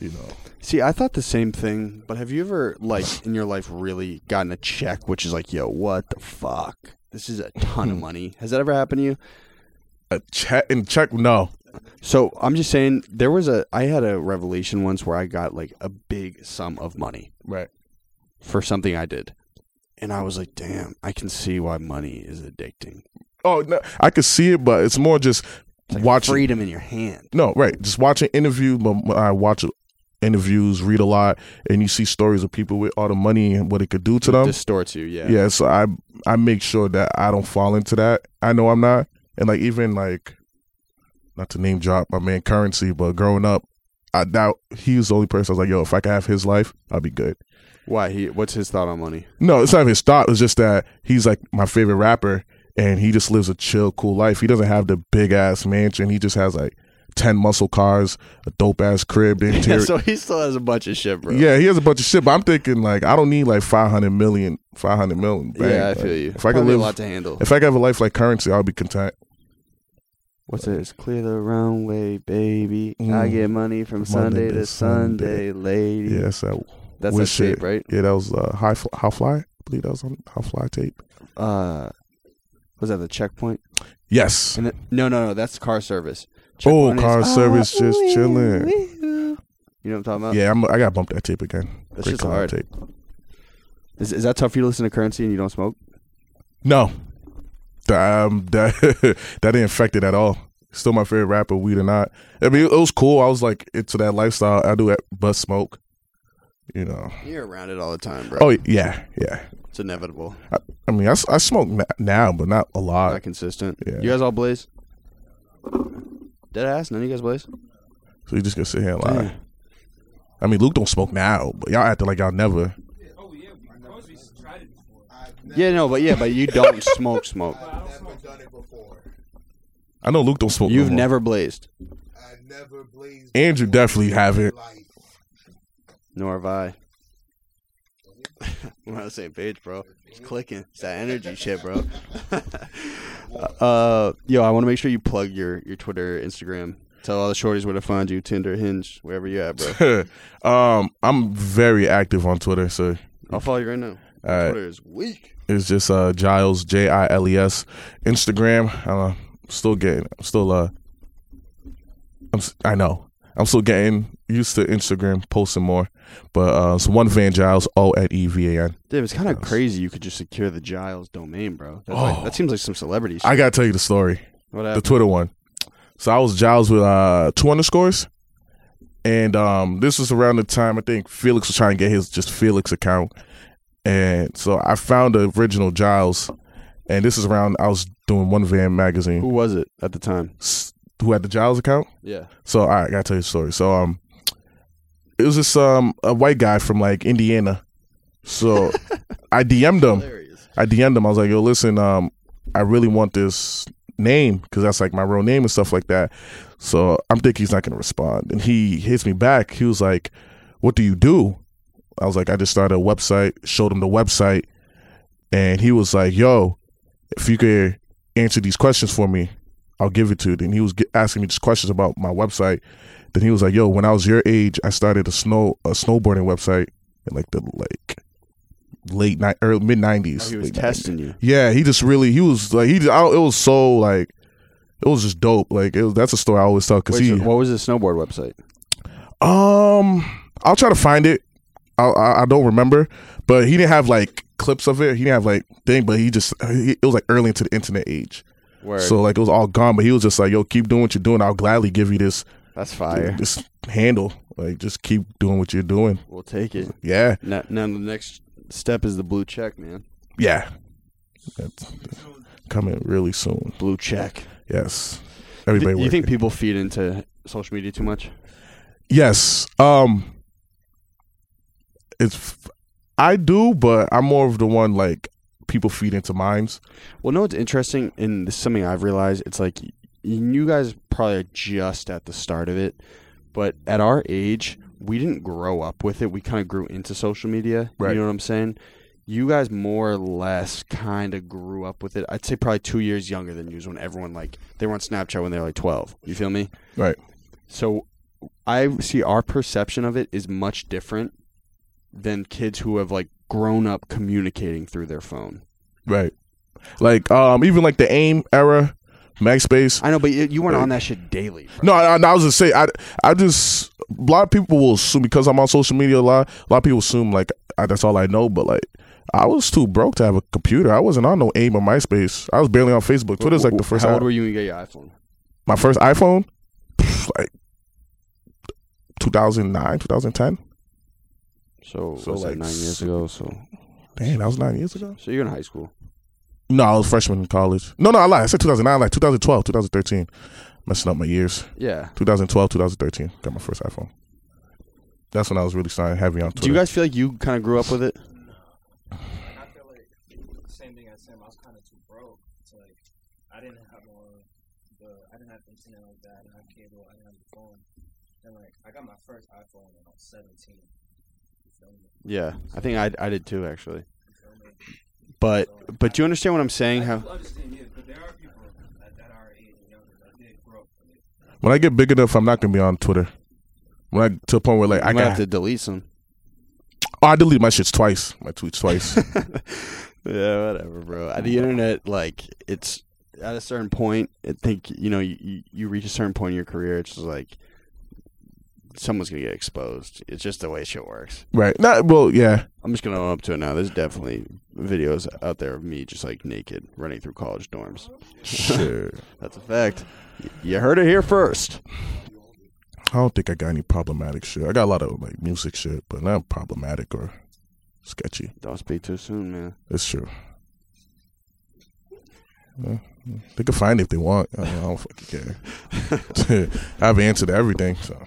You know.
See, I thought the same thing, but have you ever like in your life really gotten a check which is like, "Yo, what the fuck? This is a ton of money." Has that ever happened to you?
A check and check. No.
So, I'm just saying there was a I had a revelation once where I got like a big sum of money.
Right.
for something I did. And I was like, damn, I can see why money is addicting.
Oh no, I could see it, but it's more just
It's like
watching.
freedom in your hand.
No, right. Just watching interview, but when I watch interviews, read a lot, and you see stories of people with all the money and what it could do to them.
distorts you, yeah.
yeah so i i make sure that i don't fall into that i know i'm not and like even like not to name drop my man currency but growing up i doubt he was the only person i was like yo if i could have his life i'll be good
Why? He, what's his thought on money?
no it's not his thought it's just that he's like my favorite rapper and he just lives a chill cool life he doesn't have the big ass mansion he just has like 10 muscle cars a dope ass crib the interior
so he still has a bunch of shit, bro.
Yeah, he has a bunch of shit, but I'm thinking like I don't need like 500 million, 500 million. Bang.
yeah, I
Like,
feel you.
If I could
Probably
live
a lot to handle.
if I could have a life like currency, I'll be content.
What's it? It's clear the runway, baby. I
Mm.
get money from
Monday
Sunday
to
to Sunday, lady.
Yeah, that's that.
That's a
wish
shape,
it.
right?
Yeah, that was uh, high fly, how fly. I believe that was on how fly tape.
Uh, was that the checkpoint?
Yes.
And then, no, no, no. That's car service.
Oh,
Checkpoint is,
car service, just
ooh,
chilling.
ooh, ooh. You know what I'm talking about?
yeah, I'm, I got to bump that tape again.
That's
Great
just
Colorado
uh, hard.
Tape.
Is, is that tough for you to listen to currency and you don't smoke?
No, Th- um, that that didn't affect it at all. Still my favorite rapper, weed or not. I mean, it was cool. I was like into that lifestyle. I do bust smoke, you know.
You're around it all the time, bro.
Oh yeah, yeah.
It's inevitable.
I, I mean, I, s- I smoke n- now, but not a
Not
lot.
consistent.
yeah.
You guys all blaze? Dead ass? None of you guys blaze?
So you just gonna sit here and lie. I mean, Luke don't smoke now, but y'all acting like y'all never.
Yeah, no, but yeah, but you don't smoke smoke.
I've never done it before.
I know Luke don't smoke. no
You've
more.
never blazed.
I never blazed.
Andrew definitely haven't.
Like,
Nor have I. We're on the same page, bro. It's clicking. It's that energy shit, bro. uh, yo, I want to make sure you plug your your Twitter, Instagram. Tell all the shorties where to find you, Tinder, Hinge, wherever you at, bro.
um, I'm very active on Twitter, so
I'll follow you right now.
all right.
Twitter is weak.
It's just uh Giles J I L E S. Instagram. Uh, still getting. I'm still uh. I'm. s- I know. I'm still getting used to Instagram posting more, but uh, it's one Van Giles O at E V A N.
Dave, it's kind of crazy you could just secure the Giles domain, bro. That's like,
Oh.
that seems like some celebrity shit.
I gotta tell you the story,
what
the
happened?
Twitter one. So I was Giles with uh two underscores, and um this was around the time I think Felix was trying to get his just Felix account, and so I found the original Giles, and this is around I was doing one Van magazine.
Who was it at the time?
s- who had the Giles account.
Yeah.
So all right, I gotta tell you a story. So um, it was this um a white guy from like Indiana. So I DM'd him.
Hilarious.
I DM'd him. I was like, yo, listen, um, I really want this name because that's like my real name and stuff like that. So I'm thinking he's not gonna respond, and he hits me back. He was like, what do you do? I was like, I just started a website. Showed him the website, and he was like, yo, if you could answer these questions for me, I'll give it to you. Then he was ge- asking me just questions about my website. Then he was like, "Yo, when I was your age, I started a snow a snowboarding website in like the like late night early mid nineties.
Oh, He was testing you.
Yeah, he just really he was like he I, it was so like it was just dope. Like it was, that's a story I always tell because
Wait,
he
so what was the snowboard website?
um, I'll try to find it. I, I I don't remember, but he didn't have like clips of it. He didn't have like thing, but he just he, it was like early into the internet age.
Word.
So like it was all gone, but he was just like, "Yo, keep doing what you're doing. I'll gladly give you this
That's fire.
this handle. Like just keep doing what you're doing."
We'll take it.
Yeah,
Now, now the next step is the blue check, man.
yeah. That's coming really soon.
Blue check.
Yes,
Do
everybody.
you think
working.
people feed into social media too much?
Yes. Um it's I do, but I'm more of the one like people feed into minds.
Well, no, it's interesting, and this is something I've realized. It's like y- you guys probably are just at the start of it, but at our age, we didn't grow up with it. We kind of grew into social media.
Right.
You know what I'm saying? You guys more or less kind of grew up with it. I'd say probably two years younger than you is when everyone like they were on Snapchat when they were like 12. You feel me?
Right.
So I see our perception of it is much different than kids who have like grown up communicating through their phone.
Right. Like um even like the AIM era, MagSpace.
I know, but you, you weren't on that shit daily. bro.
No, I, I was just say I I just a lot of people will assume because I'm on social media a lot. A lot of people assume like I, that's all I know, but like I was too broke to have a computer. I wasn't on no AIM or MySpace. I was barely on Facebook. Twitter's like the first.
How
time.
old were you when you got your iPhone?
my first iPhone, pff, like 2009, 2010.
So,
So,
was that
like,
nine years
s-
ago. So,
Damn, that was nine years ago.
so you're in high school.
No, I was freshman in college. No, no, I lied. I said 2009, like 2012, 2013. Messing up my years.
Yeah.
2012, 2013. Got my first iPhone. That's when I was really starting heavy on Twitter.
Do you guys feel like you kind of grew up with it?
I feel like same thing as Sam. I was kind of too broke to like. I didn't have uh, the I didn't have internet like that. I didn't have cable. I didn't have the phone. And like I got my first iPhone when I was seventeen. You feel me?
Yeah, I think I I did too actually.
You feel me?
But but do you understand what I'm saying? How
I understand yeah, but there are people that, that are age and younger that did grow up with it.
when I get big enough, I'm not gonna be on Twitter. When I to a point where like
I
I
might have
got,
to delete some.
oh, I delete my shits twice, my tweets twice.
yeah, whatever, bro. Uh, The internet, like, it's at a certain point. I think you know you, you reach a certain point in your career. It's just like someone's gonna get exposed. It's just the way shit works.
Right. Not well. Yeah.
I'm just gonna own up to it now. There's definitely videos out there of me just like naked running through college dorms.
Sure.
That's a fact. Y- You heard it here first.
I don't think I got any problematic shit. I got a lot of like music shit, but not problematic or sketchy.
Don't speak too soon, man.
That's true. Yeah. They can find it if they want. I, mean, I don't fucking care. I've answered everything. So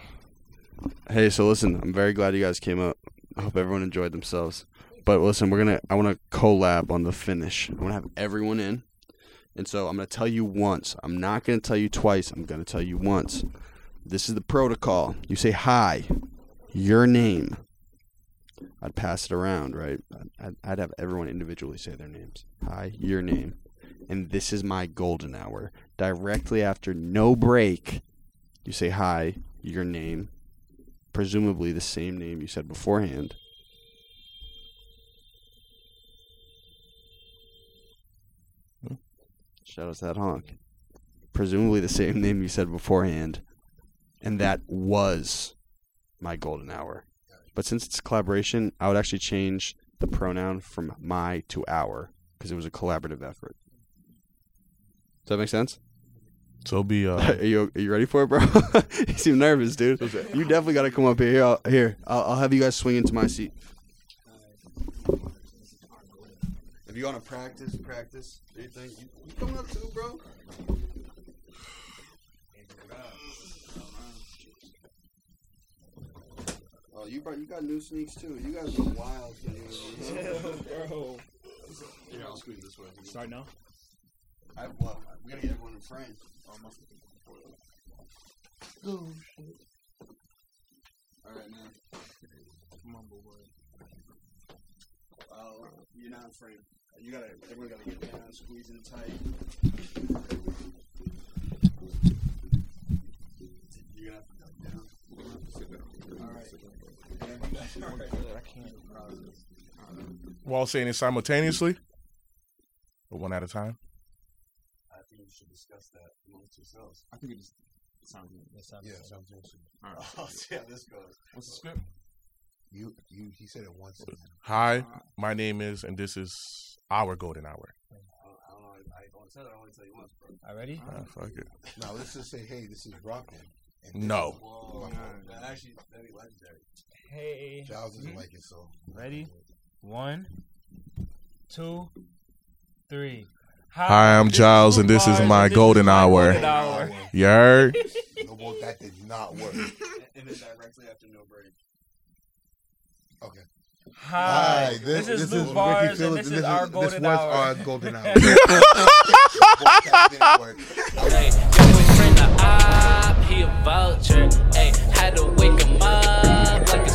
Hey, so listen, I'm very glad you guys came up. I hope everyone enjoyed themselves. But listen, we're gonna I wanna collab on the finish. I wanna have everyone in. And so I'm gonna tell you once. I'm not gonna tell you twice, I'm gonna tell you once. This is the protocol. You say hi, your name. I'd pass it around, right? I'd, I'd have everyone individually say their names. Hi, your name. And this is my golden hour. Directly after no break, you say hi, your name, presumably the same name you said beforehand. Shout out to that honk. Presumably the same name you said beforehand. And that was my golden hour. But since it's a collaboration, I would actually change the pronoun from my to our because it was a collaborative effort. Does that make sense?
so be uh,
Are you are you ready for it, bro? you seem nervous, dude. You definitely got to come up here. Here, I'll, here, I'll, I'll have you guys swing into my seat. If you want to practice, practice. Do you think you, you coming up too, bro? Oh, you brought you got new sneaks too. You guys are wild. Here, I'll squeeze this way.
Start now.
I have love. We gotta get everyone in frame. Oh shit. Alright man. Come on, boy. Oh, you're not in frame. You gotta everyone gotta get down, squeeze in tight. You're gonna have to duck down. Alright.
while saying it simultaneously, but one at a time.
I think you should discuss that amongst yourselves.
I think it just it sounds good. That sounds
Yeah,
good.
sounds interesting.
All right.
I'll see how Oh, this goes.
What's the script?
You, you, he said it once. and then
Hi, my name is, and this is our golden hour.
I don't, I don't know. I, I only said it. I only tell you once, bro.
Already?
Ah, fuck it.
Now let's just say, hey, this is Brockman. and this
No.
is- Whoa, that actually is very legendary.
Hey.
Giles doesn't like it, so
Ready?
One, two, three.
Hi, I'm Giles, and this is
Mars,
my
and this
golden
my
hour.
golden hour.
You heard?
No, well, that did not work.
And then directly after no break.
Hi, this, is Luke Bars, and this, is our golden hour.
golden hour. that didn't work.
Ay, your boyfriend a op, he a vulture. Ay, had to wake him up like